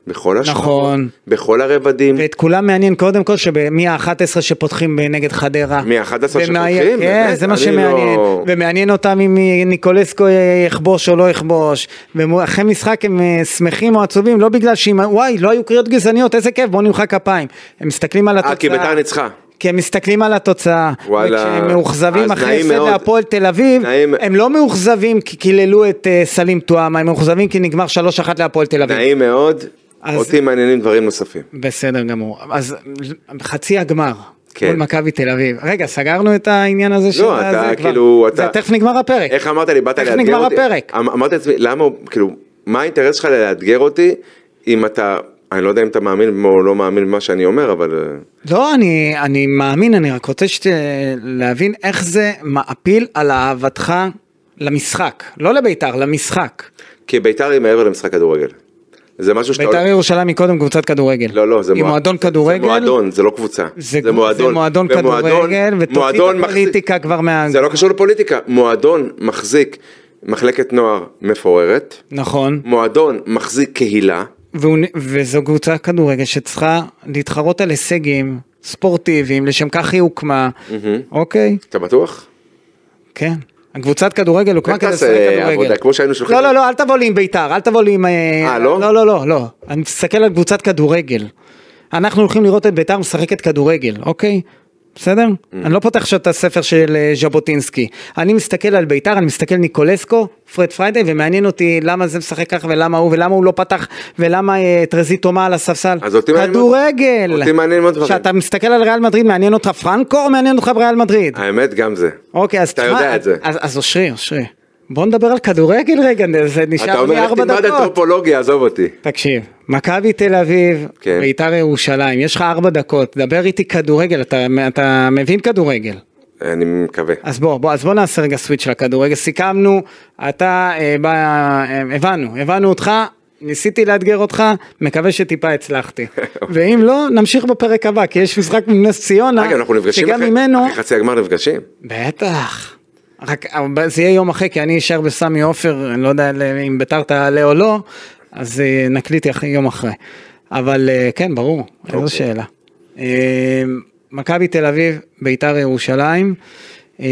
Speaker 3: בכל השעות,
Speaker 2: נכון.
Speaker 3: בכל הרבדים.
Speaker 2: ואת כולם מעניין קודם כל שמי ה-11 שפותחים נגד חדרה.
Speaker 3: מי ה-11
Speaker 2: ומה-
Speaker 3: שפותחים?
Speaker 2: כן,
Speaker 3: באמת?
Speaker 2: זה מה
Speaker 3: אני
Speaker 2: שמעניין.
Speaker 3: לא-
Speaker 2: ומעניין אותם אם ניקולסקו יכבוש או לא יכבוש. ואחרי משחק הם אה, שמחים או עצובים, לא בגלל שאם, וואי, לא היו קריאות גזעניות, איזה כיף, בואו נמחא כפיים. הם מסתכלים על התוצאה.
Speaker 3: אה, כי ביתר ניצחה.
Speaker 2: כי הם מסתכלים על התוצאה,
Speaker 3: וואלה.
Speaker 2: וכשהם מאוכזבים
Speaker 3: אז
Speaker 2: אחרי
Speaker 3: נעים
Speaker 2: הפסד
Speaker 3: מאוד.
Speaker 2: להפועל תל אביב,
Speaker 3: נעים-
Speaker 2: הם לא מאוכזבים כי קיללו את אה, סלים טועמה, הם מאוכזבים כי נגמר 3-1 להפועל תל אביב.
Speaker 3: נעים מאוד,
Speaker 2: אז-
Speaker 3: אותי מעניינים דברים נוספים.
Speaker 2: בסדר גמור, אז חצי הגמר.
Speaker 3: כן.
Speaker 2: מול מכבי תל אביב. רגע, סגרנו את העניין הזה של...
Speaker 3: לא, אתה
Speaker 2: הזה כבר?
Speaker 3: כאילו,
Speaker 2: זה
Speaker 3: אתה...
Speaker 2: תכף נגמר הפרק.
Speaker 3: איך אמרת לי, באת
Speaker 2: תכף
Speaker 3: לאתגר אותי?
Speaker 2: נגמר הפרק.
Speaker 3: אמ- אמרתי לעצמי, למה הוא, כאילו, מה האינטרס שלך לאתגר אותי, אם אתה, אני לא יודע אם אתה מאמין או לא מאמין במה שאני אומר, אבל... אה,
Speaker 2: לא, אני, אני מאמין, אני רק רוצה שת... להבין איך זה מעפיל על אהבתך למשחק. לא לבית"ר, למשחק.
Speaker 3: כי ביתר היא מעבר למשחק כדורגל. זה משהו שאתה...
Speaker 2: בית"ר ירושלים היא קודם קבוצת כדורגל.
Speaker 3: לא, לא, זה
Speaker 2: היא
Speaker 3: מוע-
Speaker 2: מועדון
Speaker 3: זה-
Speaker 2: כדורגל.
Speaker 3: זה מועדון, זה לא קבוצה.
Speaker 2: זה,
Speaker 3: זה מועדון.
Speaker 2: זה מועדון
Speaker 3: ומועדון-
Speaker 2: כדורגל, ותוציא
Speaker 3: מועדון
Speaker 2: את
Speaker 3: מחזיק-
Speaker 2: הפוליטיקה כבר מה...
Speaker 3: זה לא קשור לפוליטיקה. מועדון מחזיק מחלקת נוער מפוארת,
Speaker 2: נכון,
Speaker 3: מועדון מחזיק קהילה,
Speaker 2: והוא, נ- וזו קבוצה כדורגל שצריכה להתחרות על הישגים ספורטיביים, לשם כך היא הוקמה, אוקיי,
Speaker 3: אתה בטוח?
Speaker 2: כן. הקבוצת כדורגל הוקמה
Speaker 3: אל
Speaker 2: כדי
Speaker 3: תעשה
Speaker 2: לשחק כדורגל.
Speaker 3: אה, עבודה, כמו שהיינו שולחים-
Speaker 2: לא, לא, לא, אל תבוא לי עם בית"ר, אל תבוא לי עם... אה,
Speaker 3: לא?
Speaker 2: לא, לא, לא, לא. אני מסתכל על קבוצת כדורגל. אנחנו הולכים לראות את בית"ר משחקת כדורגל, אוקיי? בסדר?
Speaker 3: Mm.
Speaker 2: אני לא פותח עכשיו את הספר של אה, ז'בוטינסקי. אני מסתכל על בית"ר, אני מסתכל ניקולסקו, פרד פריידי, ומעניין אותי למה זה משחק ככה ולמה הוא, ולמה הוא לא פתח, ולמה אה, טרזית תומה על הספסל.
Speaker 3: אז אותי מעניין מאוד-
Speaker 2: כדורגל!
Speaker 3: אותי מעניין מאוד דברים.
Speaker 2: כשאתה מסתכל על ריאל מדריד, מעניין אותך פרנקו או מעניין אותך ריאל מדריד?
Speaker 3: האמת גם זה.
Speaker 2: אוקיי, אז
Speaker 3: אתה
Speaker 2: תשמע,
Speaker 3: יודע את זה.
Speaker 2: אז, אז אושרי, אושרי. בוא נדבר על כדורגל רגע, זה
Speaker 3: אתה
Speaker 2: נשאר לי
Speaker 3: אומר, לך
Speaker 2: ארבע
Speaker 3: תלמד
Speaker 2: דקות.
Speaker 3: אנתרופולוגיה, עזוב אותי.
Speaker 2: תקשיב, מכבי תל אביב,
Speaker 3: כן.
Speaker 2: ביתר ירושלים, יש לך ארבע דקות, דבר איתי כדורגל, אתה, אתה מבין כדורגל.
Speaker 3: אני מקווה.
Speaker 2: אז בוא, בוא, אז בוא נעשה רגע סוויץ' של הכדורגל, סיכמנו, אתה, אה, בא, אה, הבנו, הבנו אותך, ניסיתי לאתגר אותך, מקווה שטיפה הצלחתי. ואם לא, נמשיך בפרק הבא, כי יש משחק מול נס ציונה,
Speaker 3: רגע, אנחנו נפגשים
Speaker 2: לא. שגם
Speaker 3: אחרי
Speaker 2: ממנו...
Speaker 3: אחרי חצי הגמר נפגשים?
Speaker 2: בטח. רק אבל זה יהיה יום אחרי כי אני אשאר בסמי עופר, אני לא יודע אם ביתר תעלה או לא, אז אה, נקליט יח- יום אחרי. אבל אה, כן, ברור,
Speaker 3: אוקיי.
Speaker 2: איזו שאלה. אה, מכבי תל אביב, ביתר ירושלים, אה,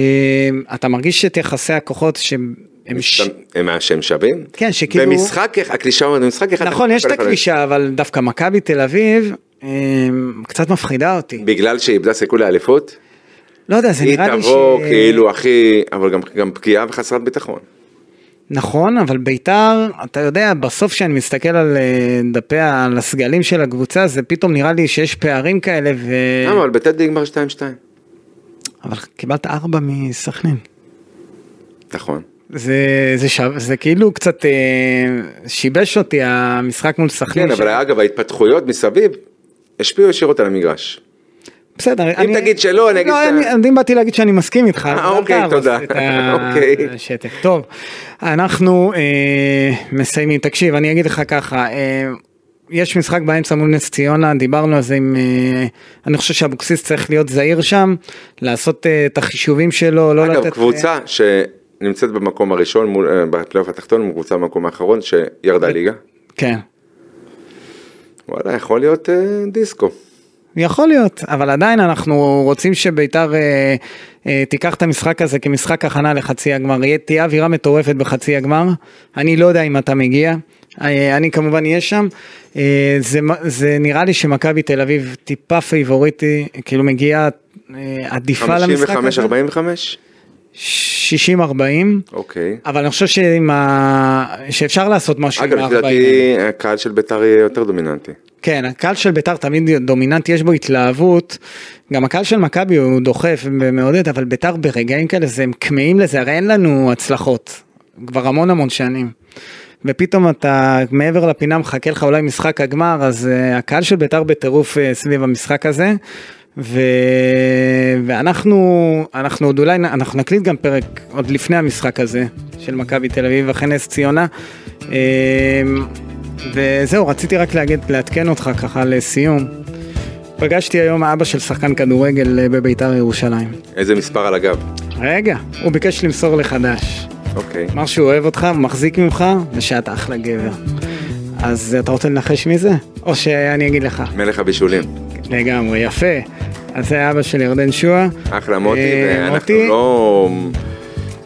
Speaker 2: אתה מרגיש את יחסי הכוחות שהם... ש-
Speaker 3: אתה- הם מהשם שווים?
Speaker 2: כן, שכאילו-
Speaker 3: במשחק, אח- הקלישה אומרת, במשחק אחד...
Speaker 2: נכון, יש את
Speaker 3: כל אחד-
Speaker 2: הקלישה, אבל דווקא מכבי תל אביב אה, קצת מפחידה אותי.
Speaker 3: בגלל שהיא איבדה סיכוי לאליפות?
Speaker 2: לא יודע, זה
Speaker 3: היא
Speaker 2: נראה לי ש...
Speaker 3: תבוא כאילו הכי... אבל גם- גם פגיעה וחסרת ביטחון.
Speaker 2: נכון, אבל ביתר, אתה יודע, בסוף כשאני מסתכל על אה, דפי, ה- על הסגלים של הקבוצה, זה פתאום נראה לי שיש פערים כאלה, ו...
Speaker 3: למה? אבל בטדי נגמר 2-2.
Speaker 2: אבל קיבלת ארבע מסכנין.
Speaker 3: נכון.
Speaker 2: זה, זה, שו... זה כאילו קצת אה, שיבש אותי המשחק מול סכנין.
Speaker 3: כן, אבל אגב, ההתפתחויות מסביב השפיעו ישירות על המגרש.
Speaker 2: בסדר,
Speaker 3: אם תגיד שלא, אני אגיד
Speaker 2: לא,
Speaker 3: שאתה-
Speaker 2: אני, אני באתי להגיד שאני מסכים איתך.
Speaker 3: אה,
Speaker 2: אז אל
Speaker 3: אוקיי,
Speaker 2: תהרוס
Speaker 3: תודה.
Speaker 2: את ה-
Speaker 3: אוקיי.
Speaker 2: השטף. טוב, אנחנו אה, מסיימים. תקשיב, אני אגיד לך ככה, אה, יש משחק באמצע מול נס ציונה, דיברנו על זה עם... אה, אני חושב שאבוקסיס צריך להיות זהיר שם, לעשות אה, את החישובים שלו, לא לתת...
Speaker 3: אגב, קבוצה שנמצאת במקום הראשון, מול- אה, בפלייאוף התחתון, מול קבוצה במקום האחרון, שירדה ליגה.
Speaker 2: כן.
Speaker 3: וואלה, יכול להיות אה, דיסקו.
Speaker 2: יכול להיות, אבל עדיין אנחנו רוצים שביתר אה, אה, תיקח את המשחק הזה כמשחק הכנה לחצי הגמר. יהיה- תהיה אווירה מטורפת בחצי הגמר. אני לא יודע אם אתה מגיע, אה, אני כמובן אהיה שם. אה, זה, מ- זה נראה לי שמכבי תל אביב טיפה פייבוריטי, כאילו מגיעה אה, עדיפה למשחק הזה.
Speaker 3: 55-45?
Speaker 2: 60-40.
Speaker 3: אוקיי.
Speaker 2: אבל אני חושב שעם ה... שאפשר לעשות משהו
Speaker 3: אגב,
Speaker 2: עם
Speaker 3: לפי
Speaker 2: ה-40.
Speaker 3: דעתי, הקהל של ביתר יהיה יותר דומיננטי.
Speaker 2: כן, הקהל של ביתר תמיד דומיננטי, יש בו התלהבות. גם הקהל של מכבי הוא דוחף ומעודד, אבל ביתר ברגעים כאלה זה, הם כמהים לזה, הרי אין לנו הצלחות. כבר המון המון שנים. ופתאום אתה מעבר לפינה מחכה לך אולי משחק הגמר, אז uh, הקהל של ביתר בטירוף uh, סביב המשחק הזה. ו... ואנחנו אנחנו עוד אולי נ- אנחנו נקליט גם פרק עוד לפני המשחק הזה של מכבי תל אביב אחרי נס ציונה. אמ, וזהו רציתי רק להגיד לעדכן אותך ככה לסיום. פגשתי היום אבא של שחקן כדורגל אה, בביתר ירושלים.
Speaker 3: איזה מספר על הגב.
Speaker 2: רגע, הוא ביקש למסור לחדש.
Speaker 3: אוקיי.
Speaker 2: אמר שהוא אוהב אותך, הוא מחזיק ממך, ושאתה אחלה גבר. אז אתה רוצה לנחש מי זה? או שאני אגיד לך.
Speaker 3: מלך הבישולים.
Speaker 2: לגמרי, יפה. אז זה אבא של ירדן שועה.
Speaker 3: אחלה מוטי,
Speaker 2: אה,
Speaker 3: ואנחנו
Speaker 2: מוטי.
Speaker 3: לא...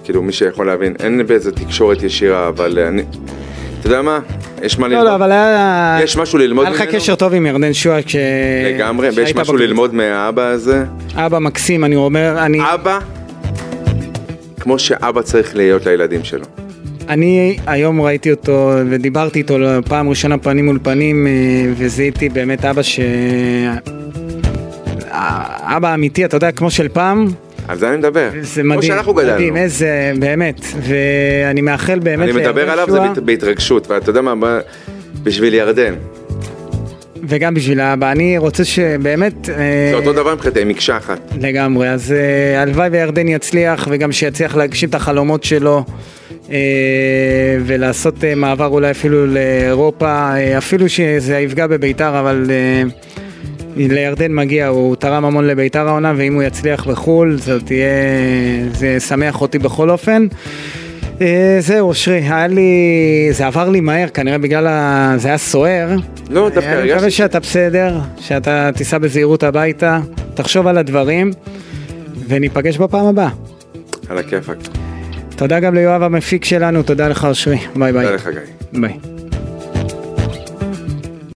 Speaker 3: כאילו, מי שיכול להבין, אין באיזה תקשורת ישירה, אבל אני... אתה יודע מה? יש מה
Speaker 2: לא,
Speaker 3: ללמוד.
Speaker 2: לא, אבל היה...
Speaker 3: יש משהו ללמוד
Speaker 2: היה לך
Speaker 3: ממנו?
Speaker 2: קשר טוב עם ירדן שועה כש...
Speaker 3: לגמרי, ויש
Speaker 2: אה, כשהיית
Speaker 3: משהו
Speaker 2: בקבוצה.
Speaker 3: ללמוד מהאבא הזה.
Speaker 2: אבא מקסים, אני אומר, אני...
Speaker 3: אבא, כמו שאבא צריך להיות לילדים שלו.
Speaker 2: אני היום ראיתי אותו ודיברתי איתו פעם ראשונה פנים מול פנים אה, וזיהיתי באמת אבא ש... אה, אבא אמיתי, אתה יודע, כמו של פעם,
Speaker 3: על זה אני מדבר.
Speaker 2: זה מדהים.
Speaker 3: כמו שאנחנו
Speaker 2: מדהים,
Speaker 3: גדלנו.
Speaker 2: איזה, באמת, ואני מאחל באמת אה,
Speaker 3: אני מדבר
Speaker 2: לירדן
Speaker 3: עליו זה
Speaker 2: שועה,
Speaker 3: בהת- בהתרגשות, ואתה יודע מה, ב- בשביל ירדן.
Speaker 2: וגם בשביל האבא, אני רוצה שבאמת... אה,
Speaker 3: זה אותו דבר מבחינתי, הם מקשה אחת.
Speaker 2: לגמרי, אז אה, הלוואי וירדן יצליח, וגם שיצליח להגשים את החלומות שלו, אה, ולעשות אה, מעבר אולי אפילו לאירופה, אה, אפילו שזה יפגע בביתר, אבל אה, לירדן מגיע, הוא תרם המון לביתר העונה, ואם הוא יצליח בחו"ל, זה תהיה... זה ישמח אותי בכל אופן. אה, זהו, אושרי, היה לי... זה עבר לי מהר, כנראה בגלל ה... זה היה סוער.
Speaker 3: לא, דווקא
Speaker 2: אה, אני
Speaker 3: הרגשתי
Speaker 2: מקווה שאתה בסדר, שאתה תיסע בזהירות הביתה, תחשוב על הדברים, וניפגש בפעם הבאה.
Speaker 3: על הכיפאק.
Speaker 2: תודה גם ליואב המפיק שלנו, תודה לך אושרי, ביי ביי.
Speaker 3: תודה לך גיא.
Speaker 2: ביי.